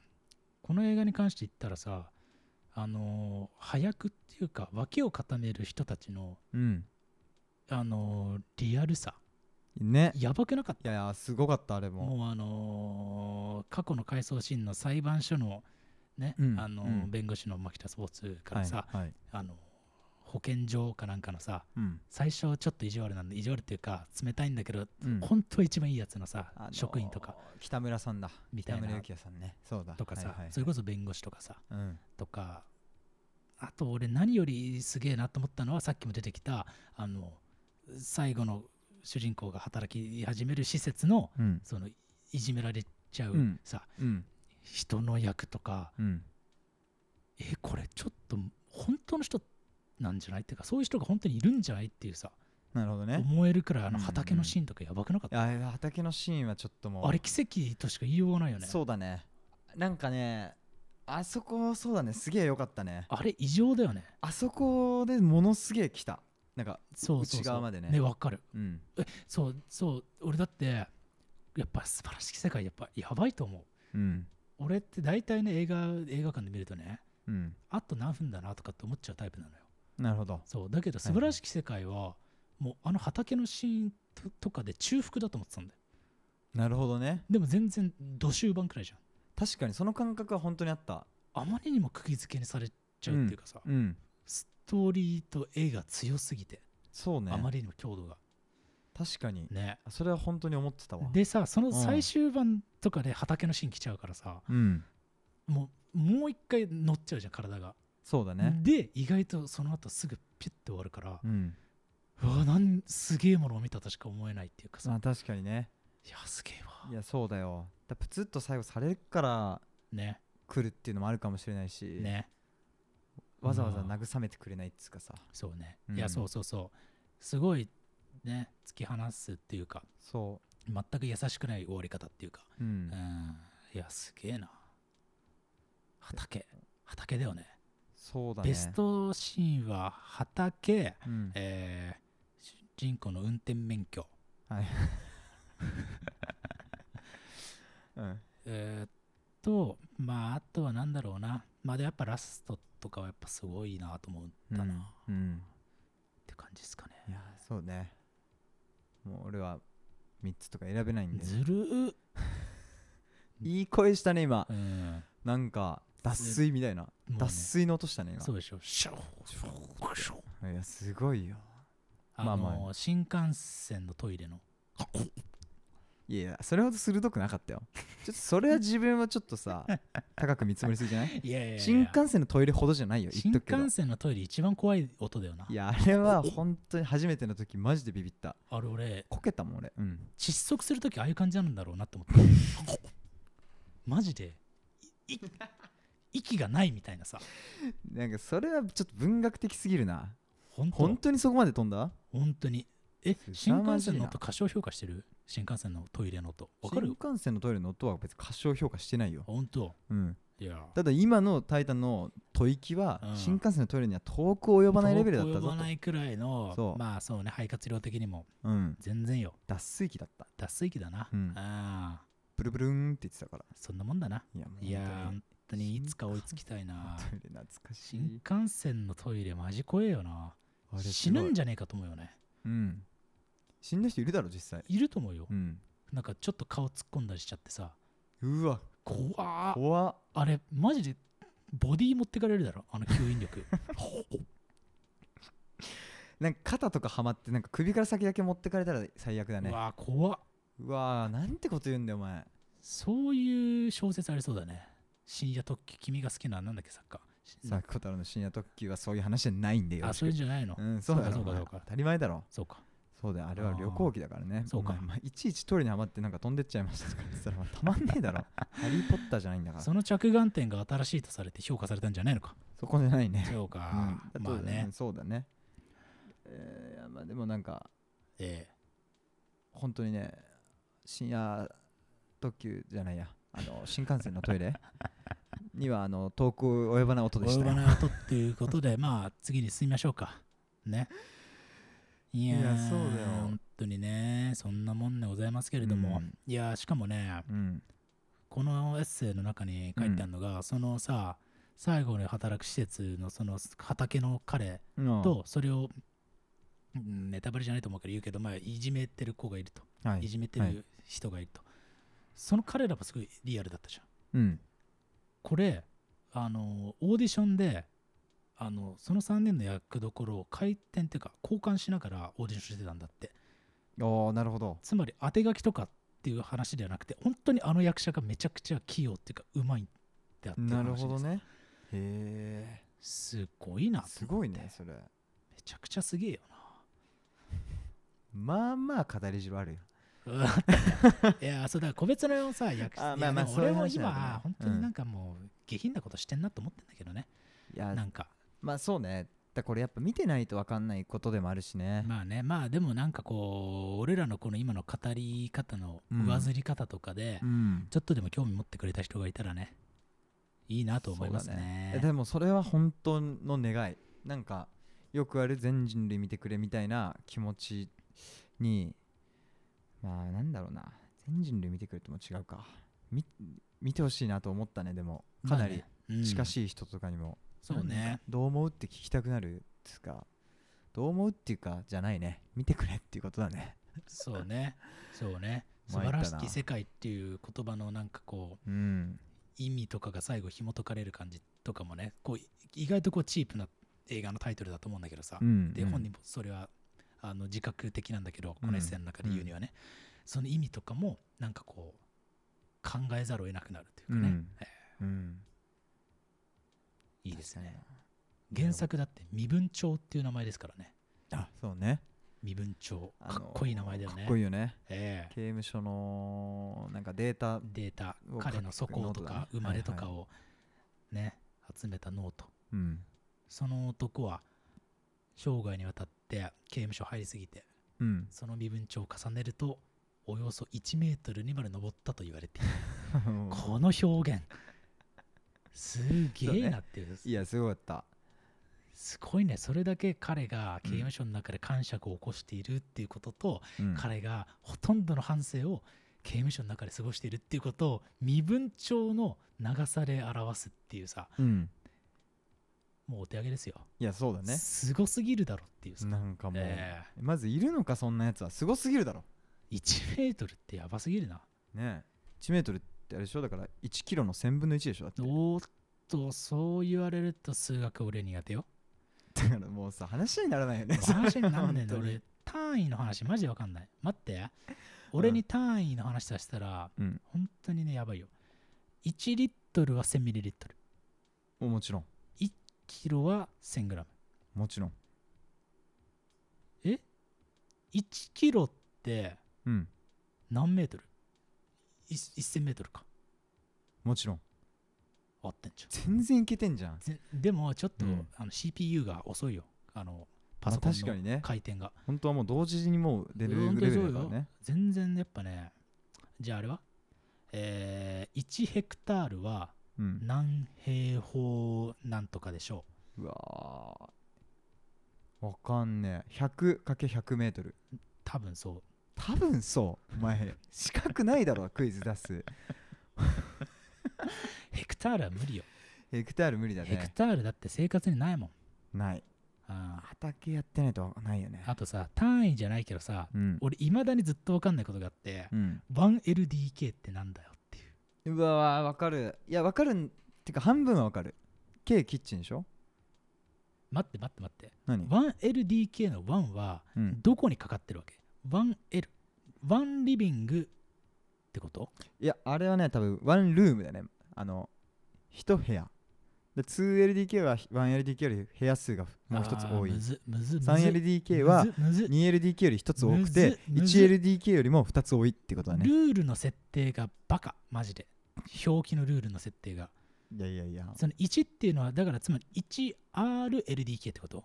S2: この映画に関して言ったらさあのー早くっていうか脇を固める人たちの
S3: うん
S2: あのーリアルさ
S3: ね
S2: やばくなかった
S3: いやいやすごかったあれも
S2: もうあのー過去の回想シーンの裁判所のね、
S3: うん
S2: あのー
S3: うん
S2: 弁護士の牧田スポーツからさ、
S3: はいはい
S2: あのー保健所かなんかのさ
S3: うん
S2: 最初ちょっと意地悪なんで意地悪っていうか冷たいんだけど、
S3: うん
S2: 本当は一番いいやつのさ、
S3: あのー
S2: 職員とか
S3: 北村さんだ
S2: みた
S3: 北
S2: いな
S3: 村幸也さんねそうだ
S2: とかさ、
S3: はいはいはい
S2: それこそ弁護士とかさ
S3: うん
S2: とかあと俺何よりすげえなと思ったのはさっきも出てきたあの最後の主人公が働き始める施設の
S3: うん
S2: そのいじめられちゃう
S3: うん
S2: さ、
S3: うん
S2: 人の役とか
S3: うん
S2: えこれちょっと本当の人なんじゃないっていうかそういう人が本当にいるんじゃないっていうさ
S3: なるほどね
S2: 思えるくらいあ
S3: うんう
S2: の
S3: んうん
S2: 畑のシーンとかやばくなかっ
S3: い
S2: た、
S3: やいや畑のシーンはちょっともう
S2: あれ奇跡としか言いようがないよね
S3: そうだねなんかねあそこそうだねすげえ良かったね
S2: あれ異常だよね
S3: あそこでものすげえ来たなんか
S2: そうそうそう
S3: 内側までね
S2: ねわかる
S3: うん
S2: そうそう俺だってやっぱ素晴らしき世界やっぱやばいと思う
S3: うん
S2: 俺って大体ね映画映画館で見るとね
S3: うん
S2: あと何分だなとかって思っちゃうタイプなのよ
S3: なるほど
S2: そうだけど素晴らしき世界はもうあの畑のシーンととかで中腹だと思ってたんだよ
S3: なるほどね
S2: でも全然ど終盤くらいじゃん
S3: 確かにその感覚は本当にあった
S2: あまりにも釘付けにされちゃうっていうかさ、
S3: うん
S2: ストーリーと絵が強すぎて、
S3: そうね
S2: あまりにも強度が
S3: 確かに
S2: ね
S3: それは本当に思ってたわ
S2: でさその
S3: ん
S2: 最終盤とかで畑のシーン来ちゃうからさ、
S3: うん
S2: もうもう一回乗っちゃうじゃん体が、
S3: そうだね
S2: で意外とその後すぐピュッて終わるから、
S3: うん
S2: うわなんすげえものを見たとしか思えないっていうかさ、
S3: ま
S2: い
S3: あ確かにね
S2: やすげえわ
S3: いやそうだよだプツッと最後されるから
S2: ね
S3: 来るっていうのもあるかもしれないし、
S2: ね
S3: わざわざ慰めてくれないっつうかさ
S2: そうね、
S3: うん
S2: いやそうそうそうすごいね突き放すっていうか
S3: そ
S2: 全く優しくない終わり方っていうか
S3: ううん
S2: うんいやすげえな畑畑だよね
S3: そうだね
S2: ベストシーンは畑、
S3: うん
S2: えー主人公の運転免許
S3: はい、うん、
S2: えーっとまああとは何だろうなまあでやっぱラストとかはやっぱすごいなと思ったな、
S3: う
S2: っ
S3: んうん
S2: て感じですかね
S3: いやそうねもう俺は3つとか選べないんで
S2: ずるー
S3: いい声したね今
S2: うんも
S3: なんか脱水みたいな
S2: うね
S3: 脱水の音したね
S2: そう
S3: 今
S2: でしょシャオシャオシャオ
S3: いやすごいよ
S2: あ
S3: まあ
S2: の、
S3: まあ
S2: 新幹線のトイレの
S3: いやそれほど鋭くなかったよちょっとそれは自分はちょっと さ高く見積もりすぎじゃない
S2: いやいやいや
S3: 新幹線のトイレほどじゃないよ言
S2: 新
S3: っとくけど
S2: 幹線のトイレ一番怖い音だよない
S3: やあれは本当に初めての時マジでビビった
S2: あれ俺
S3: こけたもん俺うん
S2: 窒息するときああいう感じなんだろうなって思った マジでいい 息がないみたいなさ
S3: なんかそれはちょっと文学的すぎるな
S2: 本当
S3: 本当にそこまで飛んだ
S2: 本当にえ新
S3: 凄ま
S2: 幹
S3: じ
S2: 線
S3: いな
S2: の音過小評価してる新幹線のトイレの音わかる
S3: 新幹線のトイレの音は別に過小評価してないよ
S2: 本当
S3: うん
S2: いや
S3: ただ今の「タイタン」の「吐息は
S2: うん
S3: 新幹線のトイレには遠く及ばないレベルだった
S2: 遠く及
S3: ぞ
S2: ば
S3: と
S2: ないくらいの
S3: そう
S2: まあそうね肺活量的にも
S3: うん
S2: 全然よ
S3: 脱水機だった
S2: 脱水機だな、
S3: うん
S2: ああ
S3: ブルブルンって言ってたから
S2: そんなもんだない
S3: やもう
S2: いやー
S3: 本
S2: 本当にいつか追いつきたいな
S3: 当にトイレ懐かし
S2: 新
S3: い
S2: 幹線のトイレマジ怖えよな
S3: あれすごい
S2: 死ぬんじゃねえかと思うよね
S3: うん死んだ人いるだろ実際
S2: いると思うよ、
S3: うん
S2: なんかちょっと顔突っ込んだりしちゃってさ
S3: うわ
S2: 怖っ
S3: 怖っ
S2: あれマジでボディ持ってかれるだろあの吸引力
S3: なんか肩とかはまってなんか首から先だけ持ってかれたら最悪だ
S2: う
S3: ね
S2: わ怖っ
S3: うわーなんてこと言うんだよお前
S2: そういう小説ありそうだね深夜特急君が好きななんだっけ作家
S3: さあ小太郎の深夜特急はそういう話じゃないんだよ
S2: あそれじゃないの、
S3: うんそうだろ
S2: そうか
S3: お前
S2: そうかそうか
S3: 当たり前だろ
S2: そうか
S3: そうだよあれは旅行機だからね
S2: ーそうか
S3: お前まあいちいちトイレにはまってなんか飛んでっちゃいましたとか言ってたらまあたまんね えだろハリー・ポッターじゃないんだからそ
S2: その着眼点が新しいとされて評価されたんじゃないのか
S3: こじゃないね
S2: そうか、
S3: うん
S2: まあ
S3: う
S2: ね
S3: ん、そうだねえーいやまあでもなんか
S2: え
S3: 本当にね深夜特急じゃないやあ の新幹線のトイレにはあの遠く及ばない音
S2: え
S3: でした
S2: 及
S3: よ
S2: ばない音っていうことでまあ次に進みましょうかねいやー
S3: いやそうだよ
S2: 本当にねそんなもんでございますけれども、
S3: うん
S2: いやーしかもね
S3: うん
S2: このエッセイの中に書いてあるのが、そのさ最後に働く施設のその畑の彼
S3: うん
S2: とそれを、うんネタバレじゃないと思うから言うけど、まあ、いじめてる子がいると、、
S3: はいい
S2: じめて
S3: は
S2: る人がいると、その彼らもすごいリアルだったじゃん
S3: うん
S2: これあのオーディションであのその3人の役どころを回転っていうか交換しながらオーディションしてたんだって
S3: おーなるほど
S2: つまり当て書きとかっていう話ではなくて本当にあの役者がめちゃくちゃ器用っていうかうまいんだっていう話です
S3: なるほどねへ
S2: すごいな
S3: えすごいねそれ
S2: めちゃくちゃすげえよ
S3: まあまあ語り汁あるよ
S2: ないやそうだから個別のさ役者
S3: あまあまあ
S2: いやでも俺も
S3: そういう話だよ
S2: 今
S3: ね
S2: 本当になんかもう下品なことしてんなと思ってんだけどね、
S3: いや
S2: なんか
S3: まあそうねだこれやっぱ見てないと分かんないことでもあるしね、
S2: まあねまあでもなんかこう俺らのこの今の語り方の上ずり方とかで、
S3: うん
S2: ちょっとでも興味持ってくれた人がいたらねいいなと思います
S3: そうだ
S2: ね
S3: でもそれは本当の願いなんかよくある全人類見てくれみたいな気持ちにまあなんだろうな全人類見てくれとも違うかみ見てほしいなと思ったねでもかなり近
S2: い、
S3: しい人とかにも、
S2: うんそう
S3: なん
S2: ね
S3: かどう思うって聞きたくなるっつうかどう思うっていうかじゃないね見てくれっていうことだね
S2: そうねそうね素
S3: 参っ
S2: 晴
S3: た
S2: ら
S3: な
S2: しき世界っていう言葉のなんかこう
S3: うん
S2: 意味とかが最後紐解かれる感じとかもねこうい意外とこうチープな映画のタイトルだと思うんだけどさ、
S3: うん
S2: で本人もそれはあの自覚的なんだけどこのエッセイの中で言うにはね、その意味とかもなんかこう考えざるを得なくなるというかね、え
S3: うん、うん
S2: いいですね
S3: に
S2: 原作だって身分帳っていう名前ですからね
S3: あそうね
S2: 身分帳
S3: あの
S2: かっこいい名前だよね
S3: かっこいいよね
S2: ええ
S3: 刑務所のなんかデータ
S2: データ
S3: を
S2: 彼の素行とか
S3: 書くノートだね
S2: 生まれとかをね、集めたノート
S3: うん
S2: その男は生涯にわたって刑務所入りすぎて
S3: うん
S2: その身分帳を重ねるとおよそ1メートルにまで登ったと言われている この表現すげえなっていう
S3: いやすごかった
S2: すごいねそれだけ彼が刑務所の中で感触を起こしているっていうことと、
S3: うん
S2: 彼がほとんどの反省を刑務所の中で過ごしているっていうことを身分帳の長さで表すっていうさ
S3: うん
S2: もうお手上げですよ、
S3: いやそうだね
S2: すごすぎるだろっていうさ、
S3: なんかもう
S2: え
S3: まずいるのかそんなやつはすごすぎるだろ
S2: え1メートルってやばすぎるな
S3: ねえ1メートルってあれでしょだから1キロの1000分の1でしょだって
S2: おーっとそう言われると数学俺苦手よ
S3: だからもうさ話にならないよね
S2: 話になんねん
S3: 本当
S2: の
S3: に
S2: 俺単位の話マジでわかんない待って俺に単位の話させたら、
S3: うん
S2: 本当にねやばいよ1リットルは1000ミリリットル
S3: もうもちろん
S2: 1キロは1000グラム
S3: もちろん
S2: え1キロって
S3: うん
S2: 何メートルい ?1000 メートルか
S3: もちろん
S2: 合ってんじゃん
S3: 全然いけてんじゃん
S2: ぜでもちょっと、
S3: うん
S2: あの CPU が遅いよあのパ
S3: まあ
S2: ソコン
S3: 確かにね
S2: の回転が、
S3: 本当はもう同時にもう出
S2: う
S3: る
S2: ん
S3: レベルだか
S2: 本
S3: ら
S2: 当にそうよ
S3: ね
S2: 全然やっぱねじゃああれはえー、1ヘクタールは
S3: うん
S2: 何平方なんとかでしょ
S3: うわーわかんねえ 100×100 メートル
S2: う多分そう
S3: 多分そうお 前資格ないだろクイズ出す
S2: ヘクタールは無理よ、
S3: ヘクタール無理だ
S2: ヘク
S3: ね
S2: タールだって生活にないもん
S3: ない
S2: あ
S3: 畑やってないとないよね
S2: ーあとさ単位じゃないけどさ
S3: うん
S2: 俺いまだにずっと分かんないことがあって
S3: うん
S2: 1LDK ってなんだよっていう
S3: うわーわかるいやわかるんてか半分はわかる K キッチンでしょ
S2: 待って待って待って
S3: 何
S2: 1LDK の1は
S3: うん
S2: どこにかかってるわけ ?1L。1リビングってこと
S3: いやあれはね多分ワンルームだよねあの一部屋で 2LDK は 1LDK より部屋数がもう一つ多
S2: あーむ
S3: い
S2: ず、むず、むず。
S3: 3LDK は
S2: むず、むず
S3: 2LDK より一つ多くて
S2: むず
S3: 1LDK よりも二つ多いってことだ
S2: ル
S3: ね
S2: ールの設定がバカ、マジで。表記のルールの設定が。
S3: いやいやいや
S2: その1っていうのは、だからつまり 1RLDK ってこと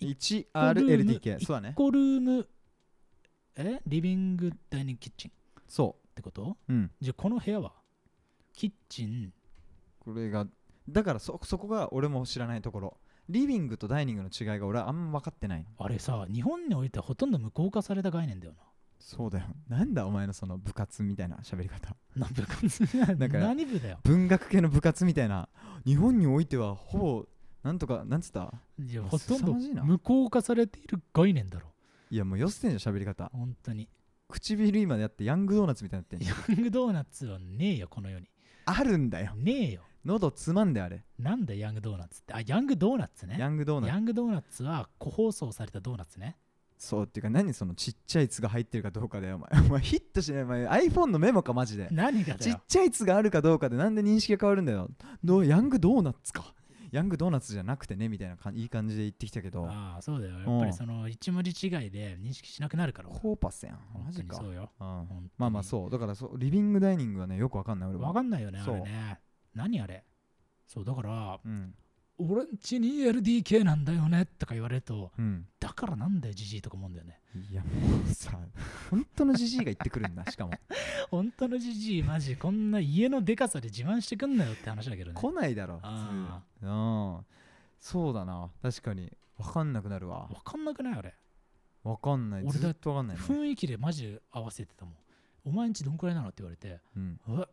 S2: ルー
S3: 1RLDK
S2: ム
S3: そうだね
S2: ?5 ルーム、えリビング、ダイニング、キッチンっ
S3: そ
S2: てこと
S3: ううん
S2: じゃあこの部屋はキッチン、
S3: これがだからそそこが俺も知らないところリビングとダイニングの違いが俺はあんま分かってない
S2: あれさ、日本においてはほとんど無効化された概念だよな。
S3: そうだよなんだお前のその部活みたいな喋り方
S2: な部活
S3: だから
S2: 何部だよ
S3: 文学系の部活みたいな日本においてはほぼなんとかなんつった
S2: いや
S3: もう
S2: ほとんど
S3: 凄まじいな
S2: 無効化されている概念だろ
S3: いやもうよせてんじゃん喋り方
S2: 本当に
S3: 唇今やってヤングドーナツみたいになってんじゃん
S2: ヤングドーナツはねえよこの世に
S3: あるんだよ
S2: ねえよ
S3: 喉つまんであれ
S2: なんだヤングドーナツってあヤングドーナツね
S3: ヤングドーナ
S2: ヤ
S3: ツ
S2: ングドーナツは個包装されたドーナツね
S3: そうっていうか何そのちっちゃい「つ」が入ってるかどうかだよお前 お前ヒットしないお前 iPhone のメモかマジで
S2: 何がだ
S3: ちっ
S2: よ
S3: ちゃい「つ」があるかどうかでなんで認識が変わるんだよどうヤングドーナツかヤングドーナツじゃなくてねみたいなかんいい感じで言ってきたけど
S2: ああそうだよやっぱりその一文字違いで認識しなくなるから
S3: コーパスやんマ
S2: 本当
S3: ジ
S2: に
S3: か
S2: そうよ
S3: うん
S2: 本当に
S3: まあまあそうだからそうリビングダイニングはねよくわかんない俺も
S2: わかんないよねあ
S3: そう
S2: れね何あれそうだから
S3: うん
S2: 俺んちに LDK なんだよねとか言われると
S3: うん
S2: だからなんだよじじいとか思うんだよね
S3: いやもうさ本当のじじいが言ってくる んだしかも
S2: 本当のじじいマジこんな家のでかさで自慢してくんなよって話だけどね
S3: 来ないだろ
S2: あ
S3: 普通うんそうだな確かにわかんなくなるわ
S2: 分かんなくないあれ
S3: わかんない
S2: 俺だ
S3: ずっとわかんないね
S2: 雰囲気でマジで合わせてたもんお前んちどんくらいなのって言われて
S3: うん
S2: 「え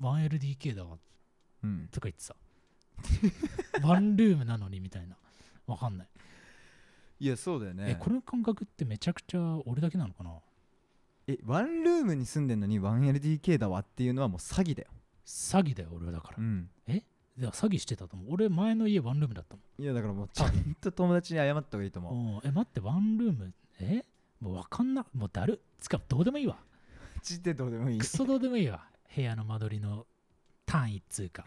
S2: 1LDK だわ
S3: うん」
S2: とか言って さ「ワンルームなのに」みたいな分かんない、
S3: いやそうだよ
S2: え
S3: ね
S2: この感覚ってめちゃくちゃ俺だけなのかな
S3: えワンルームに住んでんのに 1LDK だわっていうのはもう詐欺だよ
S2: 詐欺だよ俺はだから、
S3: うん
S2: いや詐欺してたと思う俺前の家ワンルームだったもん
S3: いやだからもうちゃんと友達に謝った方がいいと思う
S2: おーえ待ってワンルームえもう分かんなもうだるつかどうでもいいわ
S3: ちってどうでもいい
S2: クソどうでもいいわ部屋の間取りの単位っつうか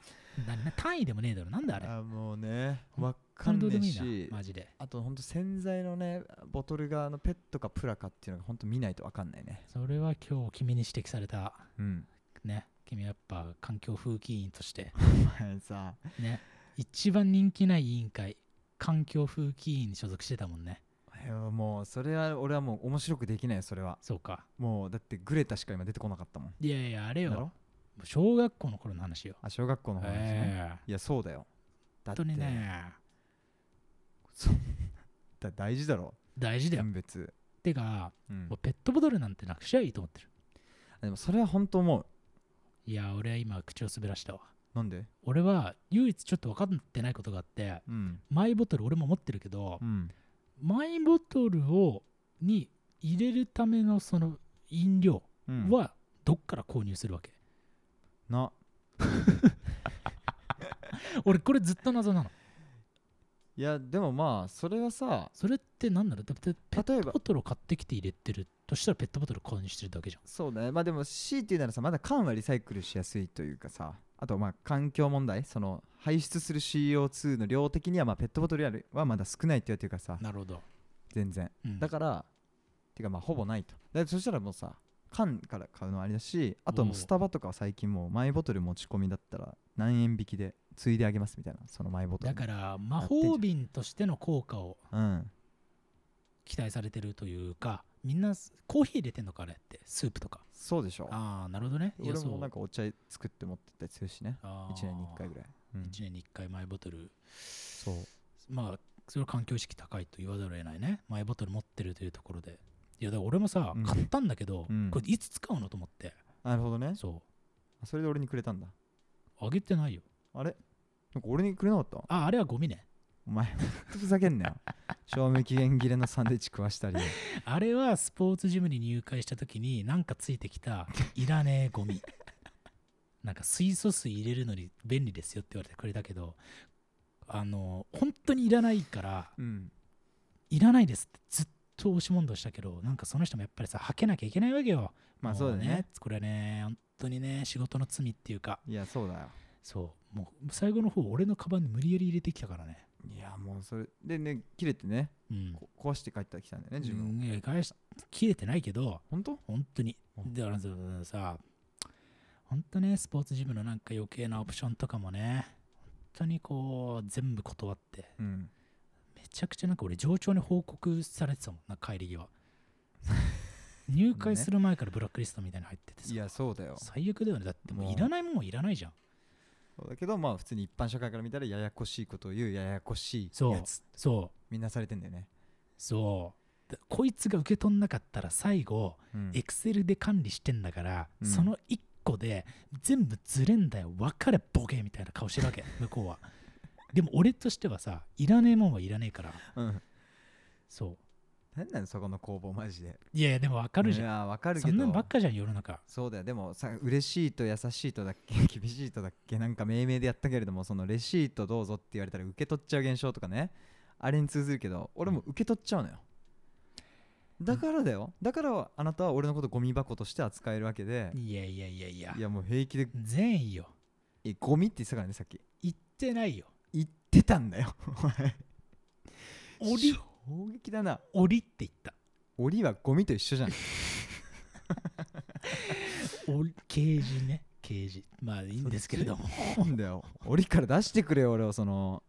S2: なな単位でもねえだろなんだあれ
S3: あもうねわか
S2: 本
S3: ん
S2: 当どうで
S3: ねえ
S2: もい
S3: し
S2: いなマジで
S3: あとほんと洗剤のねボトルがあのペットかプラかっていうのがほんと見ないとわかんないね
S2: それは今日君に指摘された
S3: うん
S2: ね君はやっぱ環境風紀委員として
S3: お 前さ
S2: ね一番人気ない委員会環境風紀委員に所属してたもんね
S3: いやもうそれは俺はもう面白くできないよそれは
S2: そうか
S3: もうだってグレタしか今出てこなかったもん
S2: いやいやあれ
S3: だ
S2: よ
S3: ろ
S2: もう小学校の頃の話よ
S3: あ小学校の方ですね、
S2: ええ
S3: いやそうだよだ
S2: 本当
S3: って
S2: にね
S3: そん だ大事だろ
S2: 大事だよ
S3: 分別、
S2: てか
S3: うん
S2: もうペットボトルなんてなくしゃいいと思ってる
S3: でもそれは本当思う
S2: いや俺は今口を滑らしたわ
S3: なんで
S2: 俺は唯一ちょっと分かってないことがあって
S3: うん
S2: マイボトル俺も持ってるけど、
S3: うん
S2: マイボトルをに入れるためのその飲料
S3: うん
S2: はどっから購入するわけ、
S3: な
S2: 俺これずっと謎なの
S3: いやでもまあそれはさ
S2: それって何なのだってペッ
S3: 例え
S2: ト
S3: ば
S2: ボトルを買ってきて入れてるとしたらペットボトル購入してるだけじゃん
S3: そうだねまあでも C っていうならさまだ缶はリサイクルしやすいというかさあとまあ環境問題その排出する CO2 の量的にはまあペットボトルよりはまだ少ないって言われてるからさ
S2: なるほど、
S3: 全然
S2: うん、
S3: だからてかまあほぼないとだそしたらもうさ缶から買うのはあれだしあとはもう
S2: おう
S3: スタバとかは最近もうマイボトル持ち込みだったら何円引きでついであげますみたいなそのマイボトル
S2: だ
S3: ね
S2: から魔法瓶としての効果を
S3: うん
S2: 期待されてるというかみんなコーヒー入れてんのかあれってスープとか
S3: そうでしょ
S2: ああなるほどねいや
S3: 俺
S2: そ
S3: も
S2: う
S3: なんかお茶作って持ってったりするしね
S2: あー
S3: 1年に1回ぐらい、うん
S2: 一年に1回マイボトル
S3: そう
S2: まあそれは環境意識高いと言わざるを得ないねマイボトル持ってるというところでいやだから俺もさ、
S3: うん
S2: 買ったんだけど、
S3: うん
S2: これいつ使うのと思って
S3: なるほどね
S2: そ
S3: あそれで俺にくれたんだ
S2: うあげてないよ
S3: あれなんか俺にくれなかった
S2: ああれはゴミね
S3: お前ほんとふざけん なよ賞味期限切れのサンドイッチ食わしたり
S2: あれはスポーツジムに入会した時になんかついてきたいらねえゴミ なんか水素水入れるのに便利ですよって言われてくれたけどあの本当にいらないから
S3: うん
S2: いらないですってずっと押し問答したけどなんかその人もやっぱりさ吐けなきゃいけないわけよ
S3: まあそうだね
S2: もこれはね本当にね仕事の罪っていうか
S3: いやそうだよ
S2: そうもう最後の方俺のカバンに無理やり入れてきたからね
S3: いやもうそれでね切れてね
S2: うん
S3: こ壊して帰ってきたんだよね自分を、
S2: うんいや返し切れてないけど
S3: 本当
S2: 本当に
S3: うん
S2: だからささ本当ねスポーツジムのなんか余計なオプションとかもね本当にこう全部断って
S3: うん
S2: めちゃくちゃなんか俺上長に報告されてたもんな帰り 際入会する前からブラックリストみたいに入っててさ、
S3: いやそうだよ
S2: 最悪だよねだっても
S3: も
S2: う
S3: う
S2: いらないもんはいらないじゃん
S3: そうだけどまあ普通に一般社会から見たらややこしいことを言うややこしい
S2: そう
S3: やつ
S2: そう
S3: みんなされてんだよね、
S2: そうだこいつが受け取んなかったら最後
S3: うん
S2: エクセルで管理してんだから、
S3: うん
S2: その1個で全部ずれんだよ分かれボケみたいな顔してる わけ向こうはでも俺としてはさいらねえもんはいらねえから
S3: うん
S2: そう
S3: なんなんそこの工房マジで
S2: いやいやでも分かるじ
S3: い
S2: ゃん
S3: やわかるけ
S2: そ
S3: ど
S2: んなんばっかじゃん世の中
S3: そうだよでもさ嬉しいと優しいとだっけ厳しいとだっけなんか命名でやったけれどもそのレシートどうぞって言われたら受け取っちゃう現象とかねあれに通ずるけど俺も受け取っちゃうのよだからだよだからあなたは俺のことゴミ箱として扱えるわけで
S2: いやいやいやいや
S3: いやもう平気で
S2: 善意よ
S3: えゴミって言ってたからねさっき
S2: 言ってないよ
S3: 言ってたんだよお前
S2: 檻
S3: 衝撃だな
S2: 檻って言った
S3: 檻はゴミと一緒じゃん
S2: 檻ケージねケージまあいいん ですけれども
S3: なんだよ檻から出してくれよ俺をその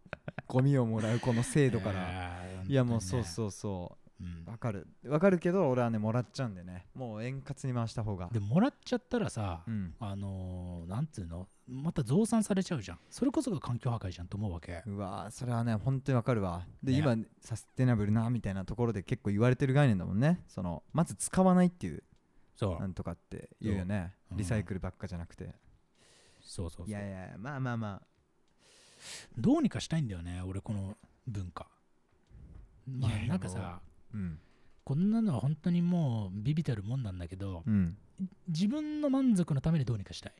S3: ゴミをもらうこの制度から
S2: あー
S3: いやもうそう
S2: 本
S3: そうそう
S2: 当にねうん
S3: わかるわかるけど俺はねもらっちゃうんでねもう円滑に回した方が
S2: でもらっちゃったらさ、
S3: うん
S2: あのーなんていうのまた増産されちゃうじゃんそれこそが環境破壊じゃんと思うわけ
S3: うわーそれはね本当にわかるわで、
S2: ね
S3: 今サステナブルなみたいなところで結構言われてる概念だもんねそのまず使わないっていう
S2: そう
S3: なんとかって言うよね
S2: そううん
S3: リサイクルばっかじゃなくて、
S2: そうそうそう
S3: いやいやまあまあま
S2: どうにかしたいんだよね俺この文化ま
S3: いやい
S2: あ
S3: や
S2: なんか
S3: も
S2: さ
S3: あうん
S2: こんなのは本当にもうビビたるもんなんだけど、
S3: うん
S2: 自分の満足のためにどうにかしたい、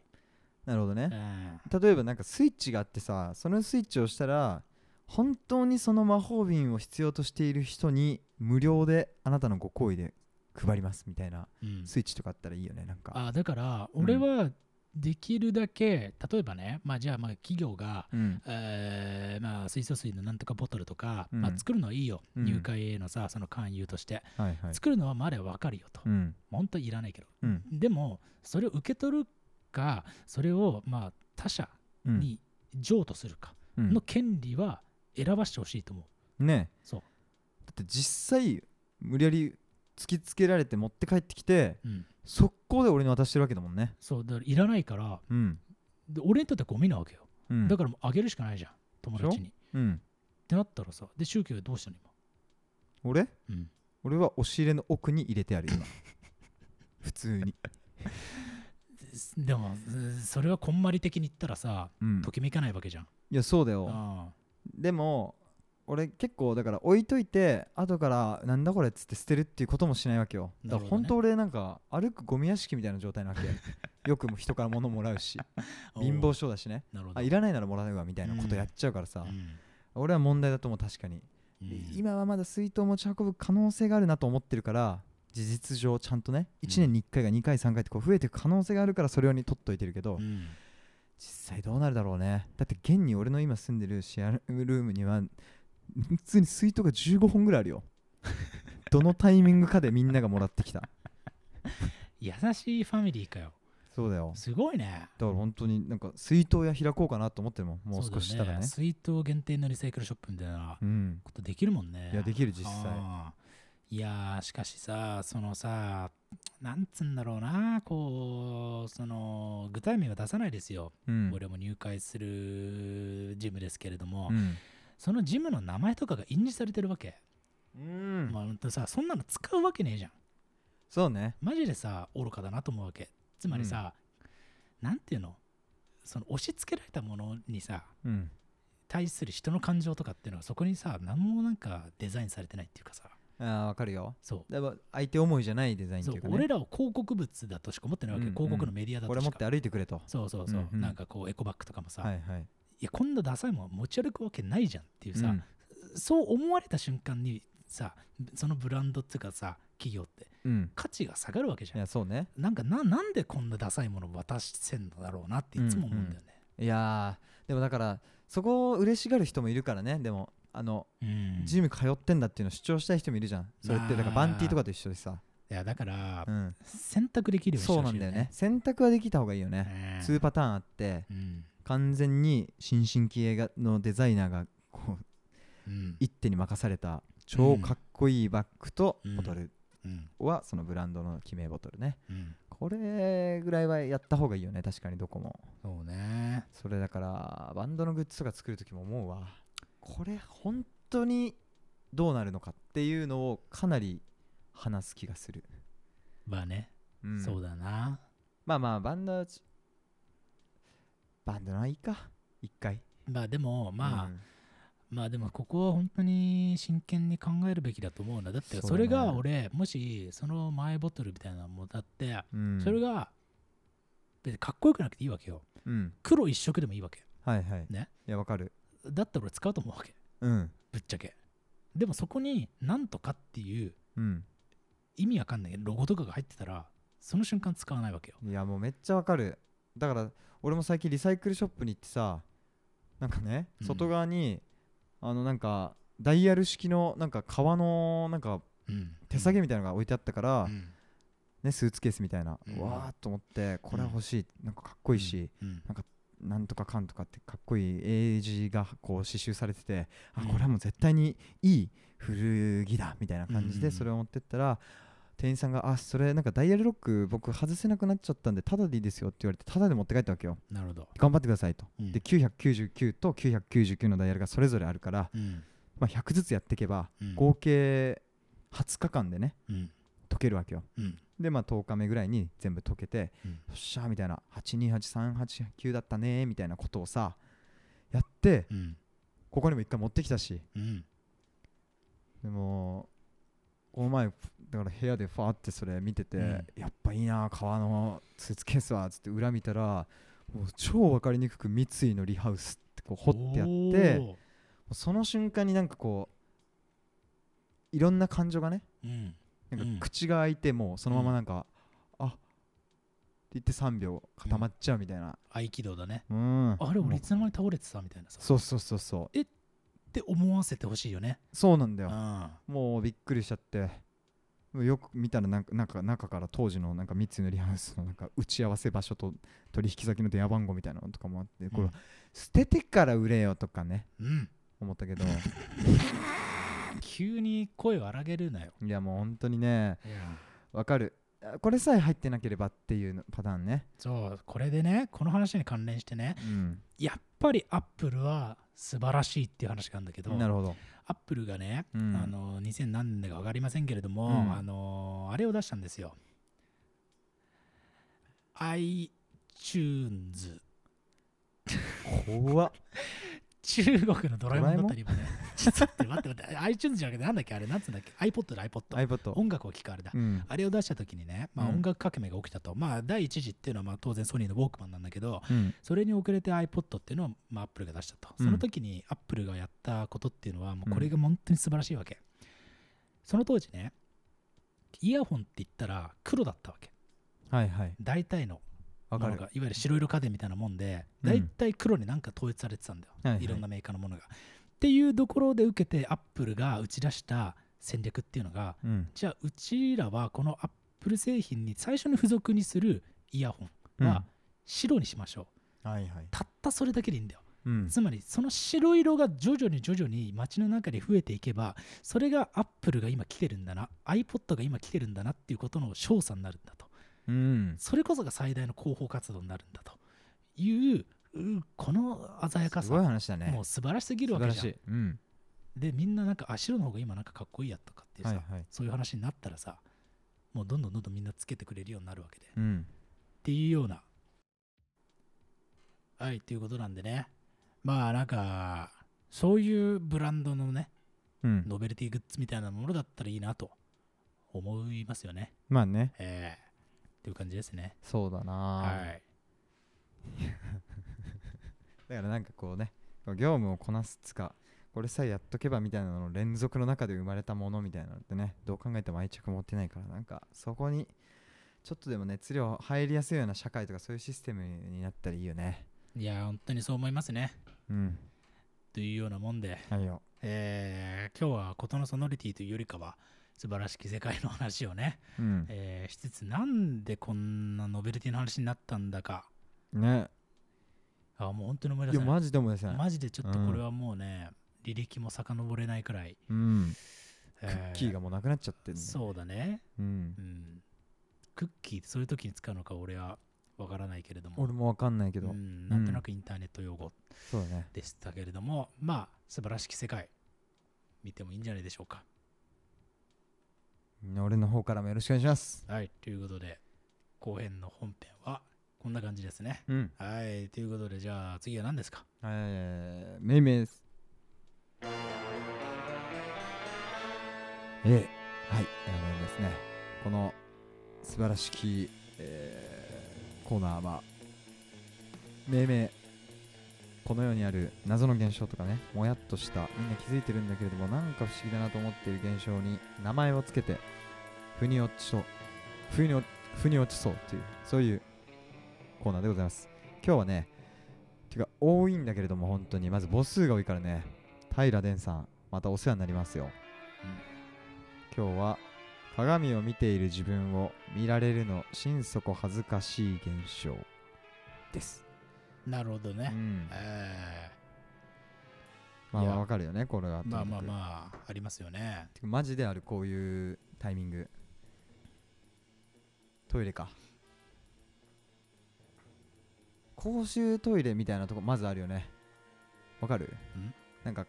S3: なるほどね
S2: うん
S3: 例えばなんかスイッチがあってさそのスイッチを押したら本当にその魔法瓶を必要としている人に無料であなたのご好意で配りますみたいな
S2: うん
S3: スイッチとかあったらいいよねなんか
S2: あだから
S3: うん
S2: 俺はできるだけ、例えばねまあじゃあまあ企業が
S3: うん
S2: えーまあ、水素水のなんとかボトルとか、
S3: うん
S2: まあ、作るのはいいよ、
S3: うん
S2: 入会へのさその勧誘として、
S3: はいはい
S2: 作るのはまああれは分かるよと、
S3: うん
S2: 本当いらないけど
S3: うん
S2: でもそれを受け取るかそれをまあ他者
S3: うん
S2: に譲渡するか
S3: うん
S2: の権利は選ばしてほしいと思う、
S3: ねえ
S2: そう
S3: だって実際無理やり突きつけられて持って帰ってきて
S2: うん、
S3: 速攻で俺に渡してるわけだもんね
S2: そうだからいらないから
S3: うん、
S2: で俺にとってはゴミなわけよ、
S3: うん、
S2: だからもうあげるしかないじゃん友達にっ
S3: らうん
S2: てなったらさで宗教はどうしたの
S3: 俺
S2: 今、うん、
S3: 俺は押し入れの奥に入れてある今 普通に
S2: ででもそれはこんまり的に言ったらさ
S3: うん
S2: ときめかないわけじゃん、
S3: いやそうだよ
S2: ああ
S3: でも俺結構だから置いといて後からなんだこれっつって捨てるっていうこともしないわけよだから
S2: なるほど
S3: 本
S2: ね
S3: 当俺なんか歩くゴミ屋敷みたいな状態な わけよくも人から物もらうし貧乏症だしね
S2: なるほど
S3: あいらないならもらうわみたいなことやっちゃうからさ、
S2: うん
S3: 俺は問題だと思う確かに、
S2: うん
S3: 今はまだ水筒を持ち運ぶ可能性があるなと思ってるから事実上ちゃんとね
S2: うん
S3: 1年に1回が2回3回ってこう増えていく可能性があるからそれ用に取っといてるけど、
S2: うん
S3: 実際どうなるだろうねだって現に俺の今住んでるシェアルームには普通に水筒が15本ぐらいあ るよどのタイミングかでみんながもらってきた
S2: 優しいファミリーかよ
S3: そうだよ
S2: すごいね
S3: だから本当になんか水筒屋開こうかなと思ってるもんもう
S2: そだ
S3: 少
S2: よ
S3: ししたらね
S2: 水筒限定のリサイクルショップみたいな
S3: うん
S2: ことできるもんね
S3: いやできる実際
S2: ああいやーしかしさそのさなんつうんだろうなこうその具体名は出さないですよ、
S3: うん
S2: 俺も入会するジムですけれども、
S3: うん
S2: そのジムの名前とかが印字されてるわけ、
S3: うん
S2: まあほんとさそんなの使うわけねえじゃん
S3: そうね
S2: マジでさ愚かだなと思うわけつまりさ、なんていうのその押し付けられたものにさ
S3: うん
S2: 対する人の感情とかっていうのはそこにさ何もなんかデザインされてないっていうかさ
S3: あーわかるよ
S2: そう
S3: だから相手思いじゃないデザインって
S2: そ
S3: いううか
S2: 俺
S3: ね
S2: らを広告物だとしか思ってないわけ、
S3: うん
S2: 広告のメディアだ
S3: ことれ
S2: し
S3: 持っ
S2: か
S3: て歩いてくれと
S2: そうそうそう、
S3: うんうん
S2: なんかこうエコバッグとかもさ、、
S3: はいいはい
S2: やこんなダサいもん持ち歩くわけないじゃんっていうさ、
S3: うん
S2: そう思われた瞬間にさそのブランドっていうかさ企業って
S3: うん
S2: 価値が下がるわけじ
S3: い
S2: ゃん
S3: やそうね
S2: なんかななんでこんなダサいもの渡してんだろうなっていつも思うんだよね
S3: いやーでもだからそこを嬉しがる人もいるからねでもあの
S2: うん、
S3: ジム通ってんだっていうのを主張したい人もいるじゃんそれってだからバンティーとかと一緒でさ、
S2: いやだから、
S3: うん、
S2: 選択できるようにし
S3: そう
S2: て
S3: な
S2: ほし
S3: ん
S2: い
S3: だよね選択はできた方がいいよね
S2: ね
S3: 2パターンあって
S2: うん
S3: 完全に新進気鋭がのデザイナーがこ
S2: う
S3: う
S2: ん
S3: 一手に任された超かっこいいバッグと
S2: うん
S3: ボトル
S2: うん
S3: はそのブランドの記名ボトルね
S2: うん
S3: これぐらいはやった方がいいよね確かにどこも
S2: そうね
S3: それだからバンドのグッズとか作る時も思うわこれ本当にどうなるのかっていうのをかなり話す気がする、
S2: まあね、
S3: うん
S2: そうだな
S3: まあまあバンドはちバンドはいいか一回
S2: まあでもまあ、まあでもここは本当に真剣に考えるべきだと思うなだって
S3: そ
S2: そう
S3: ね
S2: れが俺もしその前ボトルみたいなのもだって
S3: うんうん
S2: それが別にかっこよくなくていいわけよ
S3: うん
S2: 黒一色でもいいわけ
S3: はいはい
S2: ね
S3: いやわかる
S2: だったら俺使うと思うわけ
S3: うん
S2: ぶっちゃけでもそこになんとかっていう
S3: うん
S2: 意味わかんないロゴとかが入ってたらその瞬間使わないわけよ
S3: いやもうめっちゃわかるだから俺も最近リサイクルショップに行ってさなんかね
S2: うん
S3: 外側に、あのなんかダイヤル式のなんか革のなんか
S2: うん
S3: 手提げみたいなのが置いてあったから、
S2: うん
S3: ね、スーツケースみたいな、
S2: うん
S3: わーっと思ってこれは欲しい、なんかかっこいいし、
S2: うん
S3: なんとかかんとかってかっこいい英字がこう刺繍されてて、
S2: うん
S3: あこれはもう絶対にいい古着だみたいな感じ
S2: うんうんう
S3: で
S2: ん
S3: それを持ってったら、店員さんが「あそれなんかダイヤルロック僕外せなくなっちゃったんでタダでいいですよ」って言われてタダで持って帰ったわけよ
S2: なるほど
S3: 頑張ってくださいと、
S2: うん
S3: で999と999のダイヤルがそれぞれあるから、
S2: うん
S3: まあ、100ずつやっていけば
S2: うん
S3: 合計20日間でね
S2: うん
S3: 解けるわけよ
S2: うん
S3: でまあ10日目ぐらいに全部解けて、
S2: うん
S3: よっしゃーみたいな828389だったねーみたいなことをさやって
S2: うん
S3: ここにも一回持ってきたし
S2: うん
S3: でもこの前だから部屋でファーってそれ見てて、
S2: うん
S3: やっぱいいなー革のスーツケースはつって裏見たらもう超分かりにくく三井のリハウスってこう掘ってやっても
S2: おー
S3: うその瞬間になんかこういろんな感情がね
S2: うん
S3: なん
S2: うん
S3: か口が開いてもうそのままなんか、あって言って3秒固まっちゃうみたいな、
S2: 合気道だね
S3: うん
S2: あれ俺
S3: もう
S2: いつの間に倒れてたみたいなさ
S3: そうそうそうそう
S2: って思わせてほしいよね。
S3: そうなんだ
S2: う
S3: よ
S2: ん。
S3: もうびっくりしちゃってもうよく見たらなんかなんか中から当時のなんか三井のリハウスのなんか打ち合わせ場所と取引先の電話番号みたいなのとかもあって、これ捨ててから売れよとかね
S2: うん。
S3: 思った けど
S2: 急に声を荒げるなよ。
S3: いやもう本当にねわかるあこれさえ入ってなければっていうのパターンね、
S2: そう、これでね、この話に関連してね、
S3: うん、
S2: やっぱりアップルは素晴らしいっていう話があるんだけど、
S3: なるほど、
S2: アップルがね、
S3: うん
S2: あの2000何年だか分かりませんけれども、
S3: うん
S2: あのあれを出したんですよ。iTunes。
S3: 怖っ
S2: 中国のドラえもんだったりもね。ちょっと待って待って待って、iTunes じゃなくて、なんだっけあれ、なんつうんだっけ ?iPod だ、iPod。
S3: iPod
S2: 音楽を聴くあれだ
S3: う。ん
S2: あれを出した時にね、まあ、
S3: うん
S2: 音楽革命が起きたと、まあ第一次っていうのはまあ当然ソニーのウォークマンなんだけど
S3: うん
S2: それに遅れて iPod っていうのをまあアップルが出したと、
S3: うん
S2: その時にアップルがやったことっていうのはもうこれが本当に素晴らしいわけ、その当時ねイヤホンって言ったら黒だったわけ
S3: はいはい
S2: 大体の
S3: わ
S2: も
S3: か
S2: の
S3: る
S2: がいわゆる白色家電みたいなもんで
S3: うん
S2: 大体黒になんか統一されてたんだよ、
S3: はいはい
S2: いろんなメーカーのものがっていうところで受けてアップルが打ち出した戦略っていうのが
S3: うん
S2: じゃあうちらはこのアップル製品に最初に付属にするイヤホンは白にしましょう、
S3: はいはい
S2: たったそれだけでいいんだよ
S3: うん
S2: つまりその白色が徐々に徐々に街の中で増えていけばそれがアップルが今来てるんだな iPod が今来てるんだなっていうことの証査になるんだと
S3: うん
S2: それこそが最大の広報活動になるんだといううこの鮮やか
S3: す
S2: さ
S3: ごい話だね
S2: もう素晴らしすぎる
S3: 素
S2: わ
S3: 晴
S2: け
S3: ら
S2: じゃん
S3: しい、うん、
S2: でみんななんかあ白の方が今なんかかっこいいやとかっていう
S3: は
S2: さ、
S3: いはい
S2: そういう話になったらさもうどんどんどんどんみんなつけてくれるようになるわけでっ
S3: うん
S2: ていうようなはいっていうことなんでねまあなんかそういうブランドのね
S3: うん
S2: ノベルティグッズみたいなものだったらいいなと思いますよね
S3: まあね
S2: ええっていう感じですね
S3: そうだな、
S2: はい
S3: だからなんかこうね業務をこなすつかこれさえやっとけばみたいなのの連続の中で生まれたものみたいなのってねどう考えても愛着持ってないからなんかそこにちょっとでも熱量入りやすいような社会とかそういうシステムになったらいいよね
S2: いや本当にそう思いますね
S3: うん
S2: というようなもんで
S3: はいよ
S2: えー今日はことのソノリティというよりかは素晴らしき世界の話をね、
S3: うん
S2: えーしつつなんでこんなノベルティの話になったんだか
S3: ね
S2: あもう本当に思い出せ
S3: いや
S2: ないマ
S3: マジでもです
S2: ジ
S3: ね
S2: でちょっとこれはもうね、履歴も遡れないくらい、
S3: うん
S2: え
S3: クッキーがもうなくなっちゃってるね
S2: そうだね、
S3: うん
S2: うん、クッキーってそういう時に使うのか俺はわからないけれども
S3: 俺もわかんないけど
S2: うん、なんとなくインターネット用語
S3: そうだね
S2: でしたけれども、まあ素晴らしき世界見てもいいんじゃないでしょうか
S3: 俺の方からもよろしくお願いします
S2: はい、ということで、後編の本編はこんな感じですね。
S3: うん
S2: はい、ということで、じゃあ次は何ですか
S3: えー、めいめいです。えー、はい、あのですね、この素晴らしき、えーコーナーは、めいめい、この世にある謎の現象とかね、もやっとした、みんな気づいてるんだけれども、なんか不思議だなと思っている現象に名前をつけて、腑に落ちそう、腑に落腑に落ちそうっていう、そういうコーナーでございます。今日はね、てか多いんだけれども本当にまず母数が多いからね平伝さんまたお世話になりますよ、今日は鏡を見ている自分を見られるの心底恥ずかしい現象です、
S2: なるほど
S3: う
S2: ね。
S3: ん、
S2: え
S3: まあ
S2: い
S3: ま
S2: や
S3: あわかるよねこれは
S2: ーまあまあ
S3: あ
S2: まあ、ありますよね。
S3: マジであるこういうタイミングトイレか公衆トイレみたいなとこまずあるよねわかる
S2: ん
S3: なんか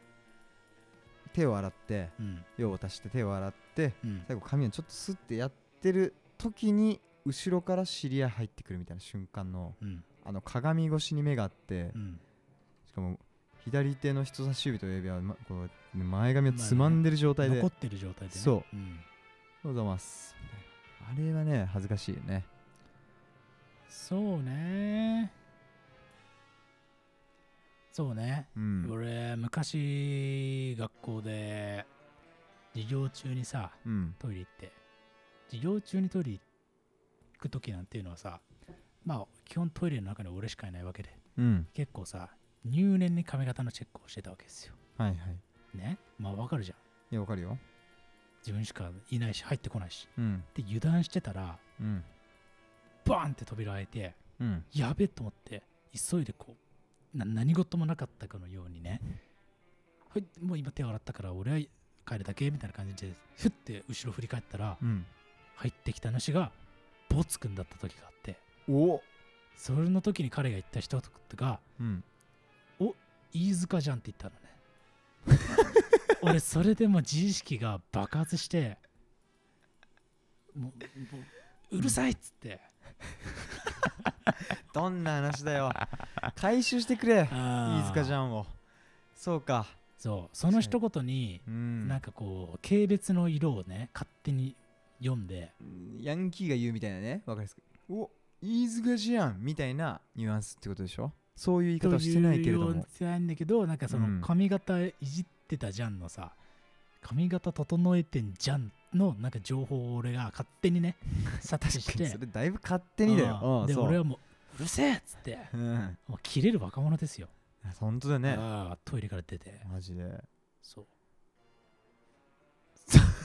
S3: 手を洗って
S2: うん、
S3: 用を足して手を洗って
S2: うん。
S3: 最後髪をちょっとスッてやってる時に後ろから知り合い入ってくるみたいな瞬間の
S2: うん、
S3: あの鏡越しに目があって
S2: うん、
S3: しかも左手の人差し指と親指は、ま、こう前髪をつまんでる状態で「お
S2: 残
S3: は
S2: っ
S3: よ
S2: てる状態でね。
S3: そ
S2: うん。
S3: うございます」あれはね恥ずかしいよね
S2: そうね。そうね。
S3: うん
S2: 俺、昔、学校で、授業中にさ、
S3: うん
S2: トイレ行って授業中にトイレ行く時なんていうのはさまあ基本トイレの中に俺しかいないわけで
S3: うん
S2: 結構さ入念に髪型のチェックをしてたわけですよ
S3: はいはい
S2: ねまあわかるじゃん
S3: いやわかるよ
S2: 自分しかいないし入ってこないし
S3: うん
S2: で油断してたら
S3: うん
S2: バーンって扉開いて
S3: うん
S2: やべえと思って急いでこうな何事もなかったかのようにねはいもう今手を洗ったから俺は帰るだけみたいな感じでふって後ろ振り返ったら
S3: うん
S2: 入ってきた主がボツくんだった時があって
S3: お
S2: それの時に彼が言った一言が
S3: うん
S2: 「飯塚じゃん」って言ったのね 俺それでもう自意識が爆発してもうもううるさいっつって、
S3: どんな話 だよ回収してくれ飯
S2: 飯
S3: 塚じゃ
S2: ん
S3: んをそうか
S2: そうその一言に
S3: うん
S2: なんかこう軽蔑の色をね勝手に読んで
S3: ヤンキーが言うみたいなねわかりやすくお飯塚じゃんみたいなニュアンスってことでしょそういう言い方はしてないけれ
S2: と
S3: ど
S2: いうよ
S3: も
S2: うじゃないんだけどなんかそ
S3: うん
S2: の髪型いじってたじゃんのさ、髪型整えてんじゃんのなんか情報を俺が勝手にね察知し
S3: 確か
S2: て
S3: にそれだいぶ勝手にだ
S2: うん
S3: よ
S2: で
S3: うんそう
S2: 俺はもううるせえっつって
S3: うん
S2: もう切れる若者ですよ、
S3: 本当だね
S2: ああトイレから出て
S3: マジで
S2: そうっ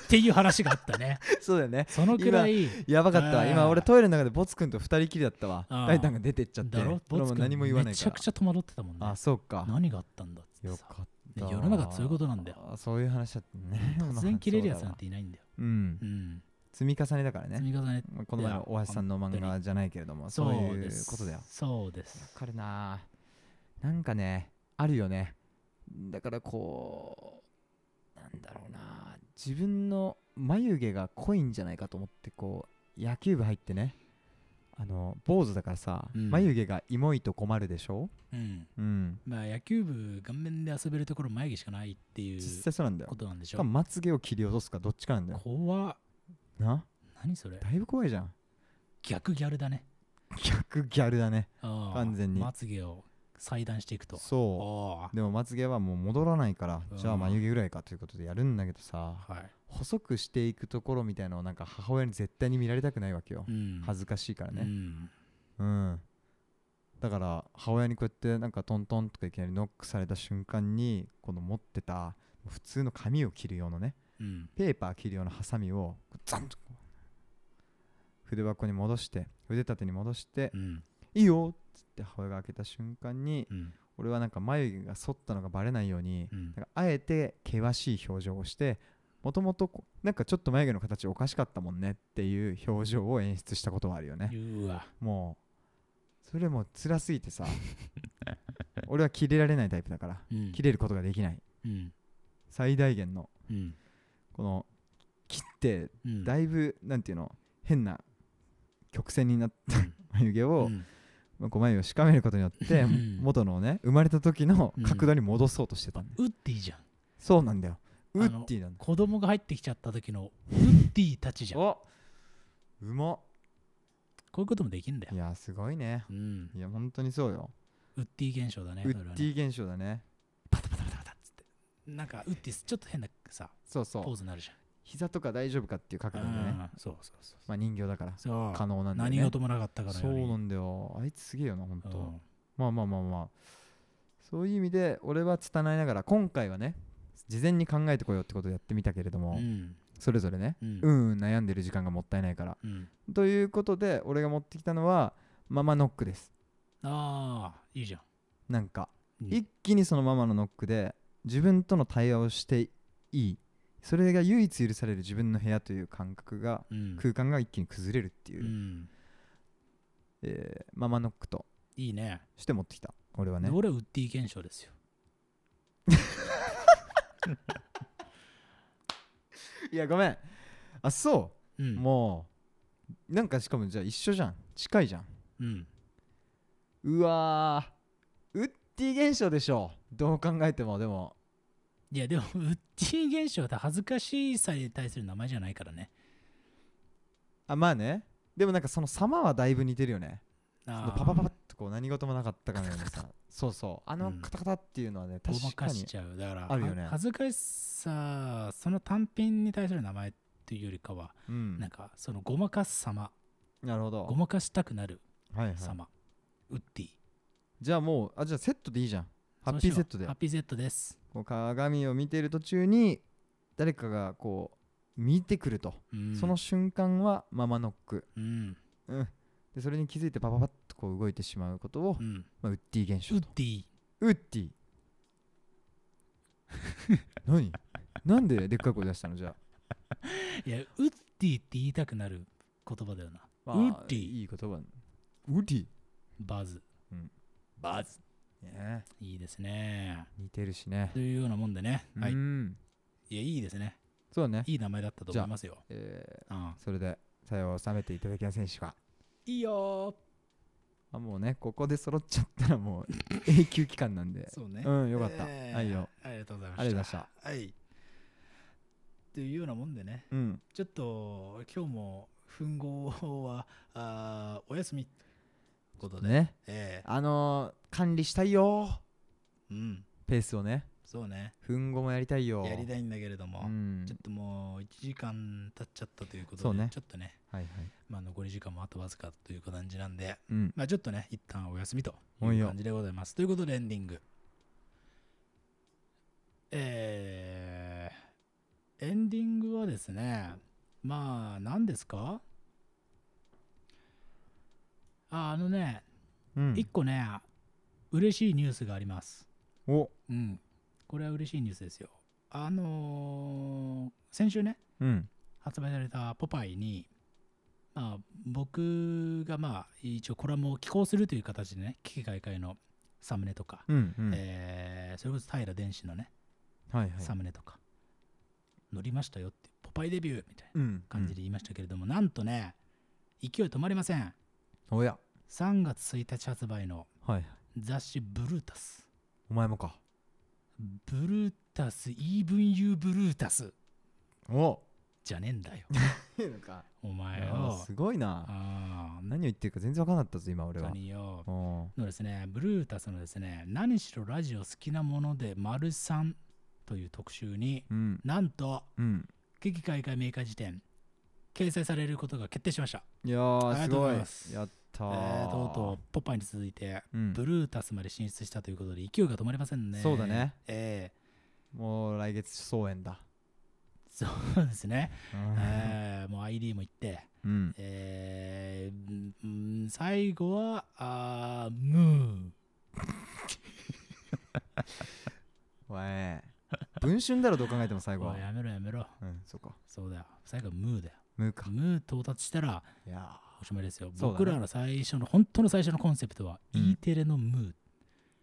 S2: ていう話があったね
S3: そうだよね
S2: そのくらい
S3: やばかったわ
S2: あー
S3: 今俺トイレの中でボツくんと二人きりだったわ
S2: あー
S3: 大胆が出てっちゃって
S2: だろ
S3: 俺
S2: ボツ
S3: も
S2: 君
S3: 何も言わな
S2: め
S3: いか
S2: ちゃ
S3: ら
S2: くちゃ戸惑ってたもんね
S3: あそうか
S2: 何があったんだっつって
S3: よ
S2: さ
S3: かった
S2: 世の中ってそういうことなんだよ
S3: あーそういう話だったね
S2: 突然切れるやつなん
S3: て
S2: ていないんだよ、
S3: うん
S2: うん、
S3: 積み重ねだから
S2: 積
S3: ね
S2: み重ね
S3: この前
S2: いや
S3: の大橋さんの漫画じゃないけれどもそういうことだよ
S2: そうです
S3: わかるなぁなんかねあるよねだからこうなんだろうなぁ自分の眉毛が濃いんじゃないかと思ってこう野球部入ってねあの坊主だからさ、
S2: うん
S3: 眉毛がイモいと困るでしょ
S2: うん
S3: うん
S2: まあ野球部顔面で遊べるところ眉毛しかないっていう
S3: 実際そうなんだよ
S2: ことなんでし
S3: し
S2: ょ
S3: かもまつげを切り落とすかどっちかなんだよ
S2: 怖っ
S3: な
S2: 何それ
S3: だいぶ怖いじゃん
S2: 逆ギャルだね
S3: 逆ギャルだね
S2: ああ
S3: 完全に
S2: まつげを裁断していくと
S3: そ
S2: あ
S3: うでもまつげはもう戻らないから
S2: うん
S3: じゃあ眉毛ぐらいかということでやるんだけどさ
S2: あはい
S3: 細くしていくところみたいのをなんか母親に絶対に見られたくないわけよ、
S2: うん
S3: 恥ずかしいから
S2: う
S3: ね
S2: ん
S3: うん、だから母親にこうやってなんかトントンとかいきなりノックされた瞬間にこの持ってた普通の紙を切る用のね
S2: うん
S3: ペーパー切る用のハサミをザンとこう筆箱に戻して筆立てに戻して
S2: う、ん
S3: いいよっつって母親が開けた瞬間に
S2: うん
S3: 俺はなんか眉毛が剃ったのがバレないように、
S2: うん
S3: なんかあえて険しい表情をしてもともとこなんかちょっと眉毛の形おかしかったもんねっていう表情を演出したことはあるよね
S2: うわ
S3: もうそれもう辛すぎてさ 俺は切れられないタイプだから
S2: うん
S3: 切れることができない
S2: うん
S3: 最大限の
S2: うん
S3: この切って
S2: うん
S3: だいぶなんていうの変な曲線になった眉毛を、
S2: うん
S3: まあこう眉をしかめることに よって
S2: うん
S3: 元のね生まれた時の
S2: うん
S3: 角度に戻そうとしてたんだよ、
S2: ウッディじゃん
S3: そうなんだよウ
S2: の
S3: ッディなんだ
S2: 子供が入ってきちゃった時のウッディたちじゃんこ
S3: おうまっ
S2: ういうこともできるんだ
S3: い
S2: よ
S3: やすごいね
S2: うん
S3: いや本当にそうよ
S2: ウッディ現象だね
S3: ウ
S2: それ
S3: ッ
S2: は
S3: デ
S2: ね
S3: ィ現象だね
S2: パタパタパタパタっつってなんかウッディちょっと変なさ
S3: そうそ
S2: ポー
S3: う
S2: ズになるじゃ
S3: 膝とか大丈夫かっていう角
S2: ん
S3: 度でね
S2: うんそうそうそう
S3: まあ人形だから
S2: そう
S3: 可能なんだよね
S2: 何事もなかったから
S3: そ
S2: より
S3: うなんだよあいつすげえよな本
S2: う
S3: 当
S2: ん
S3: まあまあまあまあそういう意味で俺は拙いながら今回はね事前に考えてこようってことをやってみたけれども
S2: うん
S3: それぞれね
S2: うん
S3: うんうん悩んでる時間がもったいないから
S2: うん
S3: ということで俺が持ってきたのはママノックです
S2: ああいいじゃん
S3: なんか
S2: うん
S3: 一気にそのママのノックで自分との対話をしていいそれが唯一許される自分の部屋という感覚が
S2: うん
S3: 空間が一気に崩れるっていうう、
S2: ん
S3: えーママノックと
S2: いいね
S3: して持ってきた俺はね
S2: で俺はウッディ現象ですよ
S3: いやごめんあそうう、
S2: ん
S3: もうなんかしかもじゃあ一緒じゃん近いじゃん
S2: うん
S3: うわーウッディ現象でしょどう考えてもでも
S2: いやでもウッディ現象って恥ずかしさに対する名前じゃないからね
S3: あまあねでもなんかその様はだいぶ似てるよね
S2: あー
S3: パパパパッとこう何事もなかったかのようにさそうそうあ
S2: う
S3: の
S2: ん
S3: カタカタっていうのはね
S2: ごま
S3: 確か
S2: かし
S3: に
S2: ちゃうだから
S3: あるよね
S2: は恥ずかしさその単品に対する名前というよりかは、
S3: うん
S2: なんかそのごまかす様
S3: なる
S2: ご
S3: ほど
S2: まかしたくなる
S3: はいはい
S2: 様、ウッディ
S3: じゃあもうあじゃあセットでいいじゃんハッピーセットで
S2: ハッピーセットです
S3: こう鏡を見ている途中に誰かがこう見てくると
S2: うん
S3: その瞬間はママノック
S2: うん
S3: うんでそれに気づいてパパパッとこう動いてしまうことを
S2: うん
S3: まあウッディ現
S2: ウ
S3: 象
S2: ッ
S3: と
S2: ディ
S3: ウッ ディ何なんででっかい声出したのじゃあ
S2: いやウッディって言いたくなる言葉だよな、
S3: まあ
S2: ウッディ
S3: いい言葉ウッディ
S2: バズ
S3: バズ、ね、
S2: いいですね
S3: 似てるしね
S2: というようなもんでね、はいうい
S3: ん
S2: やいいですね
S3: そうだね、
S2: いい名前だったと思いますよ、
S3: え
S2: うん
S3: ー、それでさよを収めていただきませんでしょうか
S2: いいよ
S3: あもうねここで揃っちゃったらもう 永久期間なんで
S2: そうね、
S3: うんよかった、
S2: えー
S3: はいよ
S2: ありがとうございました
S3: ありがとうございま
S2: はい。というようなもんでね、
S3: うん
S2: ちょっと今日も奮合はあーお休みということで、
S3: ね
S2: ええ
S3: あのー、管理したいよ
S2: うん、
S3: ペースをね
S2: そうね、
S3: ふんごもやりたいよ
S2: やりた
S3: い
S2: いんだけれども、
S3: うん
S2: ちょっともう1時間経っちゃったということ
S3: そう
S2: で、
S3: ね
S2: ちょっとね、
S3: はいはい
S2: まあ、残り時間もあとわずかという感じなんで、
S3: うん
S2: まあ、ちょっとね、一旦お休みと
S3: お
S2: い
S3: い
S2: う
S3: よ
S2: 感じでございます。ということで、エンディング。えーエンディングはでですね。まあ、何ですかああのね、
S3: うん
S2: 一個ね、嬉しいニュースがあります。
S3: お
S2: うん。これは嬉しいニュースですよ。あのー先週ね、
S3: うん
S2: 発売されたポパイに、まあ、僕がまあ、一応コラムを寄稿するという形でね、危機開会のサムネとか、
S3: うんうん、
S2: えーそれこそ平電子のね、
S3: はいはい
S2: サムネとか、乗りましたよって、ポパイデビューみたいな
S3: うん
S2: 感じで言いましたけれども、なんとね、勢い止まりません。
S3: うんおや
S2: 3月1日発売の
S3: はいはい
S2: 雑誌ブルータス。
S3: お前もか
S2: ブルータス、イーブンユーブルータス
S3: お
S2: じゃねえんだよ。
S3: いいのか
S2: お前
S3: あ
S2: よ
S3: ー。す ごいな
S2: ああ、
S3: 何を言ってるか全然分かんなかったぞ今俺
S2: 本
S3: は
S2: 当によ。
S3: お
S2: のですね、ブルータスのですね、何しろラジオ好きなもので丸3という特集に、
S3: うん
S2: なんと、
S3: うん
S2: 危機開会明快時点、掲載されることが決定しました。
S3: いや
S2: あり
S3: ー
S2: が
S3: す
S2: とうご
S3: ご
S2: ざ
S3: い
S2: います
S3: やった
S2: え
S3: ー
S2: ー、とうとう、ポッパイに続いて、
S3: うん
S2: ブルータスまで進出したということで、勢いが止まりませんね。
S3: そうだね。
S2: え
S3: もう来月総演だ
S2: えそうですね。
S3: うん
S2: えーもう ID も行って、
S3: うん
S2: えーうん最後は、あーム
S3: わえ文春だろどう考えても最
S2: ー。
S3: 後
S2: お
S3: はい
S2: やめろやめろ。
S3: うんそうか
S2: そうだよ。最後はムーだよ。
S3: ムーか
S2: ムー到達したら、
S3: いや
S2: おしまいですよ、
S3: そうだ
S2: 僕
S3: ね
S2: らの最初の本当の最初のコンセプトは、
S3: うん
S2: E テレのム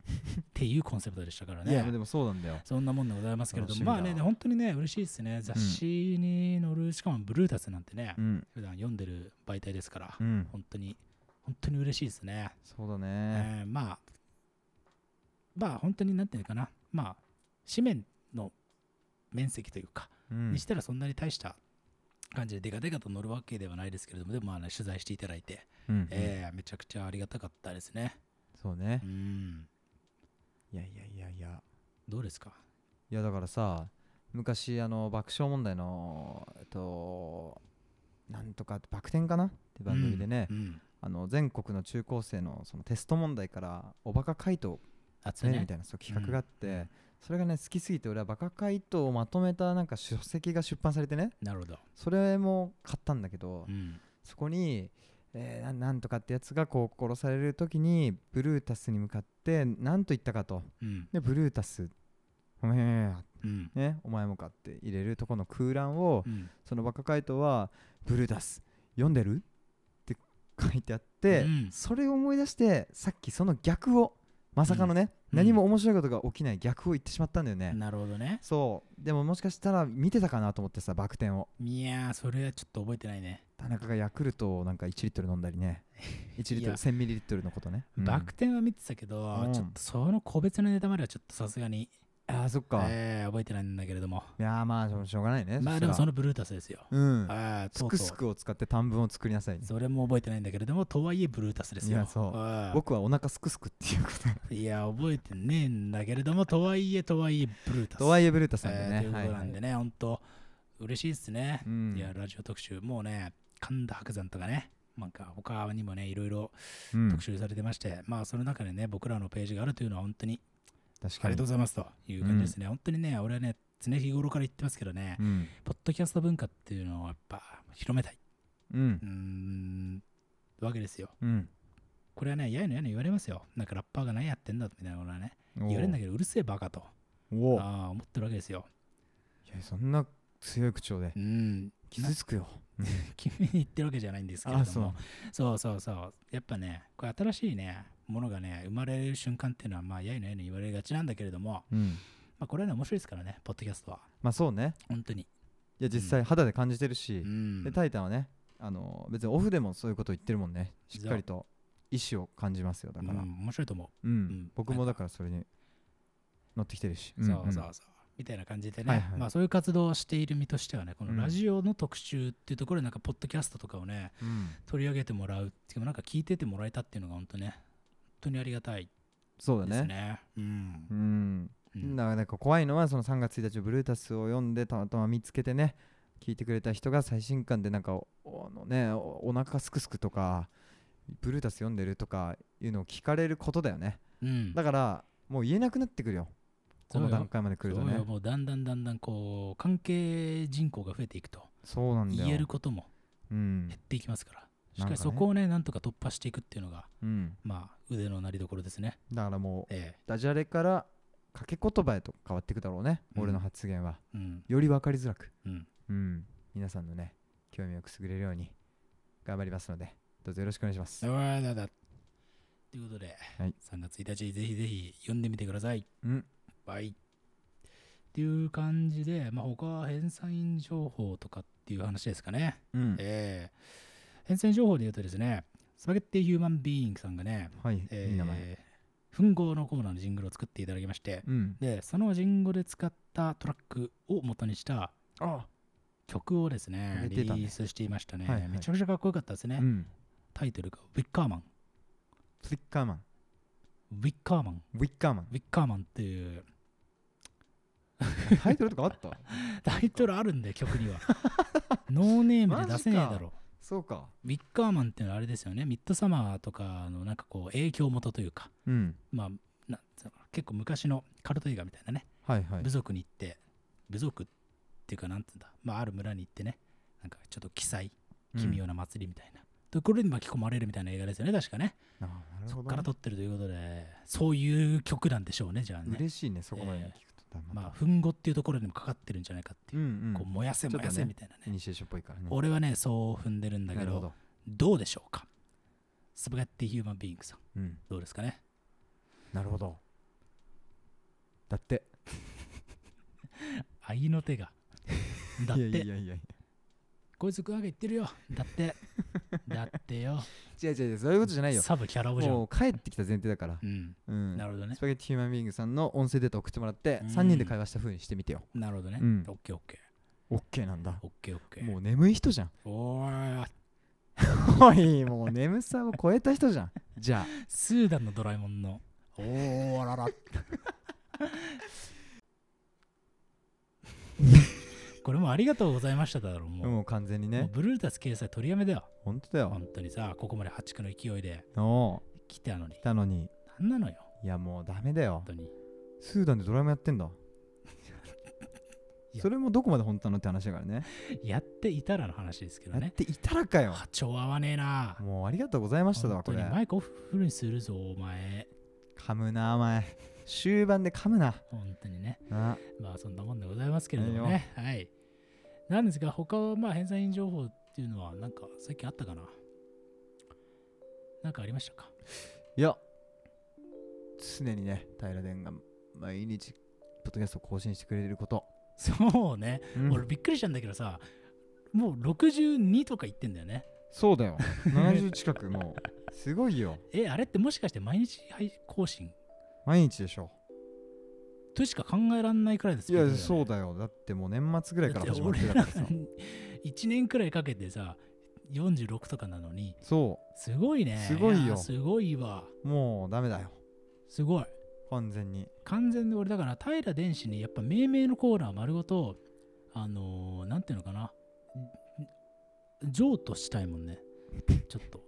S2: ーっていうコンセプトでしたから
S3: ーいや
S2: ね
S3: でもそうなんだよ
S2: そんなもんでございますけれど
S3: 楽し
S2: も
S3: みだ
S2: まあね本当にね嬉しいですね雑誌に載るしかもブルータスなんてね、
S3: うん
S2: 普段読んでる媒体ですから、
S3: うん
S2: 本当に本当に嬉しいですね、
S3: そうだね
S2: えーまあまあ本当になんていうのかなまあ紙面の面積というか、
S3: うん
S2: にしたらそんなに大した感じでデカデカと乗るわけではないですけれどもでもまあ、ね、取材していただいて
S3: うんうん
S2: ええめちゃくちゃありがたかったですね。
S3: そうね
S2: うん。
S3: いやいやいやいや
S2: どうですか
S3: いやだからさ昔あの爆笑問題のえっとなんとかバク転かなって番組でね、
S2: うん。
S3: あの全国の中高生のそのテスト問題からおバカ回答を
S2: あっ
S3: 集めるみ
S2: ね
S3: た。いな、そう企画があって、それがね好きすぎて俺はバカ回答をまとめたなんか書籍が出版されてね
S2: なるほど。
S3: それも買ったんだけど、
S2: うん。
S3: そこに、えーななんとかってやつがこう殺される時にブルータスに向かって何と言ったかと
S2: うん。
S3: でブルータスおめえ
S2: うん。
S3: ね、お前もかって入れるとこの空欄を、
S2: うん
S3: そのバカ回答は「ブルーダス読んでる?」って書いてあって、
S2: うん
S3: それを思い出してさっきその逆をまさかのね、
S2: うん
S3: 何も面白いことが起きない逆を言ってしまったんだよね、
S2: なるほどね。
S3: そうでももしかしたら見てたかなと思ってさバク転を
S2: いやー、それはちょっと覚えてないね。
S3: 田中がヤクルトをなんか1リットル飲んだ りね1リット
S2: い
S3: ル
S2: や
S3: 1000ミリリットルのことね、うん
S2: バク転は見てたけど、
S3: うん
S2: ちょっとその個別のネタまではちょっとさすがに、
S3: あーそっか、
S2: ええ覚えてないんだけれども。
S3: いやーまあしょうしょうがないね
S2: まあでもそ
S3: したら
S2: のブルータスですよ。
S3: うん
S2: ああ、
S3: す
S2: とうと
S3: くす
S2: う。
S3: くを使って短文を作りなさいね
S2: それも覚えてないんだけれども、とはいえブルータスですよ。
S3: いやそう
S2: ああ
S3: 僕はお腹すくすくっていうこ と
S2: いや、覚えてねえんだけれども、とはいえ、とはいえ、ブルータス。
S3: とはいえブルータさんで
S2: えー
S3: ね
S2: という。ことなんでね、本当嬉しいですね。
S3: うん
S2: いや、ラジオ特集、もうね、神田伯山とかね、なんか他にもね、いろいろ
S3: うん
S2: 特集されてまして、まあ、その中でね、僕らのページがあるというのは、本当に
S3: 確
S2: あ
S3: か
S2: り
S3: に
S2: がとうございますという感じですね。本当にね、俺はね、常日頃から言ってますけどね、
S3: うん
S2: ポッドキャスト文化っていうのをやっぱ広めたい。
S3: うん
S2: うーん、わけですよ。
S3: うん
S2: これはね、やいのやいの言われますよ。なんかラッパーが何やってんだみたいなことはね、言われるんだけど、うるせえバカと、
S3: おおい
S2: ああ、思ってるわけですよ。
S3: やそんな強い口調で
S2: うん、
S3: 傷つくよ
S2: 君に言ってるわけじゃないんですけれども
S3: あそ
S2: そううそうそうやっぱねこれ新しいねものがね生まれる瞬間っていうのはまあやいのやいの言われがちなんだけれども、
S3: うん
S2: まあ、これはね面白いですからねポッドキャストは
S3: まあそうね
S2: 本当に
S3: いや実際肌で感じてる
S2: う
S3: し
S2: ん
S3: でタイタンはねあの別にオフでもそういうこと言ってるもんねしっかりと意思を感じますよだから
S2: うん面白いと思
S3: う
S2: うん
S3: ん僕も
S2: な
S3: だ
S2: んか
S3: からそれに乗ってきてるし
S2: う、そうそう
S3: うん
S2: そうみたいな感じでね、
S3: はいはい
S2: まあそういう活動をしている身としてはねこ
S3: う
S2: の
S3: ん
S2: ラジオの特集っていうところでなんかポッドキャストとかをね
S3: うんうん
S2: 取り上げてもらうっていうかなんか聞いててもらえたっていうのが本当ね本当にありがたい
S3: そうだ
S2: ですね
S3: ね
S2: うん
S3: う、ん
S2: うん
S3: だからなんか怖いのはその3月1日ブルータスを読んでたまたま見つけてね聞いてくれた人が最新刊でなんかおおあのねおお腹すくすくとかブルータス読んでるとかいうのを聞かれることだよね
S2: うん
S3: だからもう言えなくなってくるよこの段階まで来ると
S2: そうよ
S3: ね
S2: もうだんだんだんだんこう関係人口が増えていくと
S3: そうなんだよ
S2: 言えることも
S3: うん
S2: 減っていきますから、し
S3: な
S2: か
S3: んかね
S2: しそこをねなんとか突破していくっていうのが
S3: うん
S2: まあ腕のなりどころですね
S3: だからもう
S2: え
S3: ダジャレから掛け言葉へと変わっていくだろうね、
S2: うん
S3: 俺の発言は
S2: えうん
S3: より分かりづらく
S2: うん
S3: うん皆さんのね興味をくすぐれるように頑張りますのでどうぞよろしくお願いします
S2: だわだだということで、
S3: はい
S2: 3月1日ぜひぜひ読んでみてください
S3: うん
S2: バイっていう感じで、まあ、他は返済員情報とかっていう話ですかね、
S3: うん
S2: ええ返済情報で言うとですねスパゲッティヒューマンビーイングさんがね、
S3: はい、
S2: ええ
S3: いい名前
S2: 吻合のコーナーのジングルを作っていただきまして、
S3: うん
S2: でそのジングルで使ったトラックを元にした
S3: あ
S2: 曲をですね
S3: 上げ
S2: リ
S3: て
S2: リ
S3: たね
S2: ースしていましたね、
S3: はいはい
S2: めちゃくちゃかっこよかったですね、
S3: うん
S2: タイトルが「ウィッカーマン」
S3: フリッカーマン
S2: ウィッカーマン
S3: ウィッカーマン
S2: ウィッカーマンっていう
S3: タイトルとかあった
S2: タイトルあるんだよ曲 にはノーネームで出せねえだろ
S3: そうか
S2: ウィッカーマンっていうのはあれですよねミッドサマーとかのなんかこう影響元というか
S3: うん
S2: まあなんつうのかな結構昔のカルト映画みたいなね
S3: はいはい
S2: 部族に行って部族っていうかなんていうんだまあある村に行ってねなんかちょっと奇祭奇妙
S3: な、
S2: な祭りみたいな、ところに巻き込まれるみたいな映画ですよね確かね
S3: うんあなる
S2: そ
S3: ほ
S2: こ
S3: ど
S2: から
S3: ね
S2: 撮ってるということでそういう曲なんでしょうねじゃあね
S3: 嬉しいねそこまで聞くと、だま
S2: まあ
S3: た
S2: 憤怒っていうところにもかかってるんじゃないかっていうう,、
S3: んうん
S2: こう燃やせ
S3: ちょっと
S2: 燃
S3: ね
S2: やせみたいなね
S3: イニシエーションっぽいからね
S2: 俺はねそう踏んでるんだけ
S3: なる
S2: ど
S3: ほ
S2: ど
S3: ど、
S2: うでしょうかスパゲッティヒューマンビーイングさん
S3: うん、
S2: どうですかね
S3: なるほどだって
S2: 愛の手がだって
S3: いやいやいやい
S2: こいつクワゲ言ってるよだってだってよ
S3: や違う違う違うそういうことじゃないよ
S2: サブキャラオじゃん
S3: もう帰ってきた前提だから
S2: う、ん
S3: うん
S2: なるほどね
S3: スパゲッティヒューマンビーングさんの音声データ送ってもらって、
S2: うん
S3: 3人で会話した風にしてみてよ
S2: なるほどね、
S3: うん
S2: オッケーオッケ
S3: オッケーなんだ
S2: ーオッケーオッケー
S3: もう眠い人じゃん
S2: おーい
S3: おいもう眠さを超えた 人じゃんじゃあ
S2: スーダンのドラえもんのおーあらら これもありがとうございましただろうもう,、
S3: もう完全に
S2: もう
S3: ね
S2: ブルータス掲載取りやめだよ
S3: 本当だよ
S2: 本当にさここまで破竹の勢いで
S3: おう
S2: 来たのに
S3: 来たのに
S2: なんなのよ
S3: いやもうダメだよ
S2: 本当に
S3: スーダンでドラムやってんだ
S2: いや
S3: それもどこまで本当なのって話だからね
S2: やっていたらの話ですけど
S3: やっ
S2: ね
S3: ていたらかよ
S2: 波長合わねえな
S3: もうありがとうございましただわ
S2: 本当
S3: こ
S2: に
S3: れ
S2: マイクオフルにするぞお前
S3: 噛むなお前終盤で噛むな
S2: 本当にね
S3: あ
S2: まあそんなもんでございますけれどもね。はい。なんですが、他はまあ返済員情報っていうのはなんか最近あったかななんかありましたか
S3: いや常にね平殿が毎日ポッドキャストを更新してくれること、
S2: そうね。
S3: うん
S2: 俺びっくりしたんだけどさ、もう62とか言ってんだよね。
S3: そうだよ70近くもうすごいよ
S2: え、あれってもしかして毎日配更新
S3: 毎日でしょ
S2: としか考えらんないくらいです
S3: いやそ う
S2: だ
S3: だよだってもう年末ぐらい
S2: よね。
S3: か
S2: だって
S3: ら始まっ
S2: 俺
S3: てたかららさ
S2: 1年くらいかけてさ、46とかなのに、
S3: そ
S2: すごいね。
S3: すごいよ
S2: やすごいわ。
S3: うもうダメだよ
S2: すごい。
S3: 完全に
S2: 完全で俺だから平電子にやっぱ命名のコーナー丸ごとあのー、なんていうのかなん譲渡したいもんねちょっと、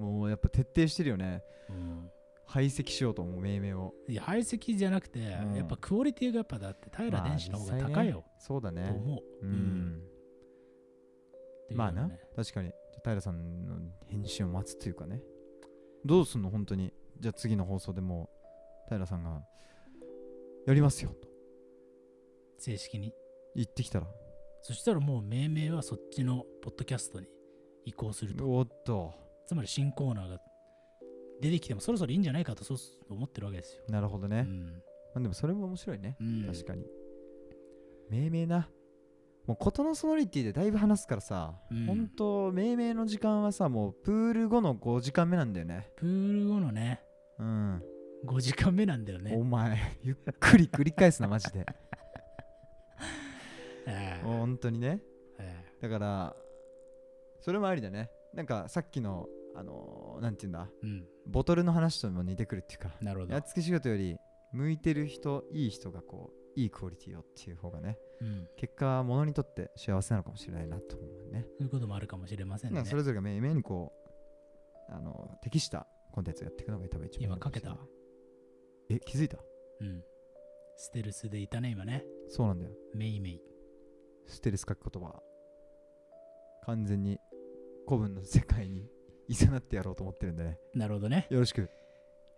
S3: もうやっぱ徹底してるよね
S2: うん、
S3: 排斥しようと思う命名を
S2: いや排斥じゃなくて、
S3: ん
S2: やっぱクオリティがやっぱだって平電子の方が高いよ、
S3: そうだ
S2: と
S3: ね
S2: 思う、
S3: う
S2: うん
S3: ん
S2: っていう
S3: まあ
S2: の
S3: な
S2: ね
S3: 確かに平さんの返信を待つというかねどうすんの本当にじゃあ次の放送でもう平さんがやりますよと
S2: 正式に
S3: 言ってきたら
S2: そしたらもう命名はそっちのポッドキャストに移行すると
S3: おっと
S2: つまり新コーナーが出てきてもそろそろいいんじゃないかとそう思ってるわけですよ、
S3: なるほど
S2: う
S3: ね、
S2: ん
S3: まあ、でもそれも面白いね、
S2: うん、
S3: 確かに命名なもう事のソノリティでだいぶ話すからさ、
S2: うん
S3: 本当命名の時間はさもうプール後の5時間目なんだよね
S2: プール後のね
S3: うん
S2: 5時間目なんだよね
S3: お。前ゆっくり繰り返すなマジで
S2: ええ
S3: 本当にね
S2: え
S3: だからそれもありだねなんかさっきのあのーなんていうんだ
S2: えうん、
S3: ボトルの話とも似てくるっていうか
S2: なるほど
S3: やっ。つけ仕事より向いてる人いい人がこういいクオリティをっていう方がね
S2: うん、
S3: 結果ものにとって幸せなのかもしれないなと思うね
S2: そういうこともあるかもしれません
S3: な
S2: ね
S3: んか。それぞれが目目にこうあの適したコンテンツをやっていくのが多分一番いい
S2: 今
S3: の
S2: か
S3: も
S2: け
S3: しれない
S2: た。
S3: え気づいた
S2: うん。ステルスでいたね、今ね。
S3: そうなんだよ
S2: メイメイ。
S3: ステルス書く言葉完全に古文の世界にいざなってやろうと思ってるんでね
S2: なるほどね。
S3: よろしく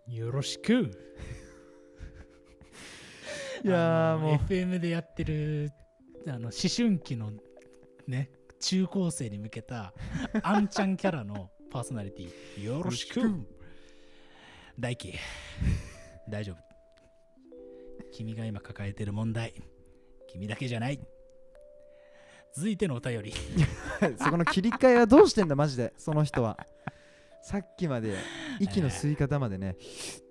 S2: よろしく
S3: いやー
S2: あの
S3: もう
S2: FM でやってるあの思春期のね中高生に向けたあんちゃんキャラのパーソナリティよろしく
S3: よろし
S2: 大輝大丈夫君が今抱えてる問題君だけじゃない続いてのお便り
S3: そこの切り替えはどうしてんだマジでその 人はさっきまで息の吸い方までねっ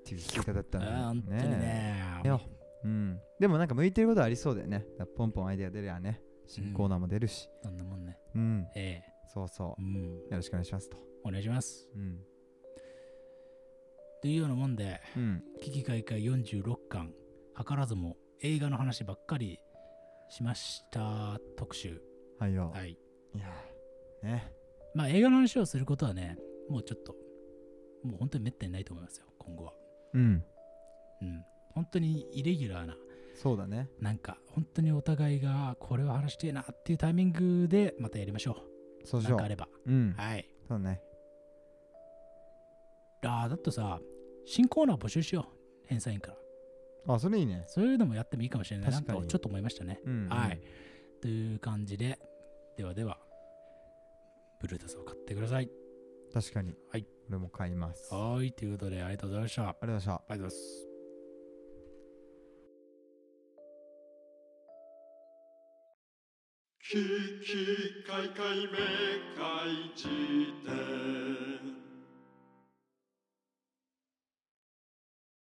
S3: ていう吸い方だった
S2: あー本
S3: ん
S2: 当
S3: だ
S2: に
S3: よ
S2: ね
S3: いやうん、でもなんか向いてることはありそうだよねポンポンアイデア出りゃね新コーナーも出るし
S2: そんなもんね
S3: うん、
S2: え
S3: そうそ
S2: えうん
S3: うよろしくお願いしますと
S2: お願いします
S3: うん
S2: というようなもんで
S3: うん
S2: 危機開会46巻図らずも映画の話ばっかりしました特集
S3: はいよ、、
S2: はいい
S3: やーね
S2: まあ映画の話をすることはねもうちょっともう本当にめったにないと思いますよ今後は
S3: うん
S2: うん本当にイレギュラーな
S3: そうだね
S2: なんか本当にお互いがこれを話してえなっていうタイミングでまたやりましょ
S3: そう
S2: う
S3: し
S2: な
S3: よ
S2: んかあれ
S3: う
S2: ば
S3: うん
S2: はい
S3: そうだね
S2: あーだってさ新コーナー募集しよう返済員から
S3: あそれいいね
S2: そういうのもやってもいいかもしれないなん
S3: 確か
S2: か
S3: に
S2: ちょっと思いましたね
S3: うん、うん
S2: はい。という感じで、ではでは、ブルータスを買ってください。
S3: 確かに
S2: はい
S3: 俺も買いますあ
S2: はーい。ということで、ありがとうございました。あ
S3: りがとうございました
S2: りがとうございます。
S1: 危機開会明会辞典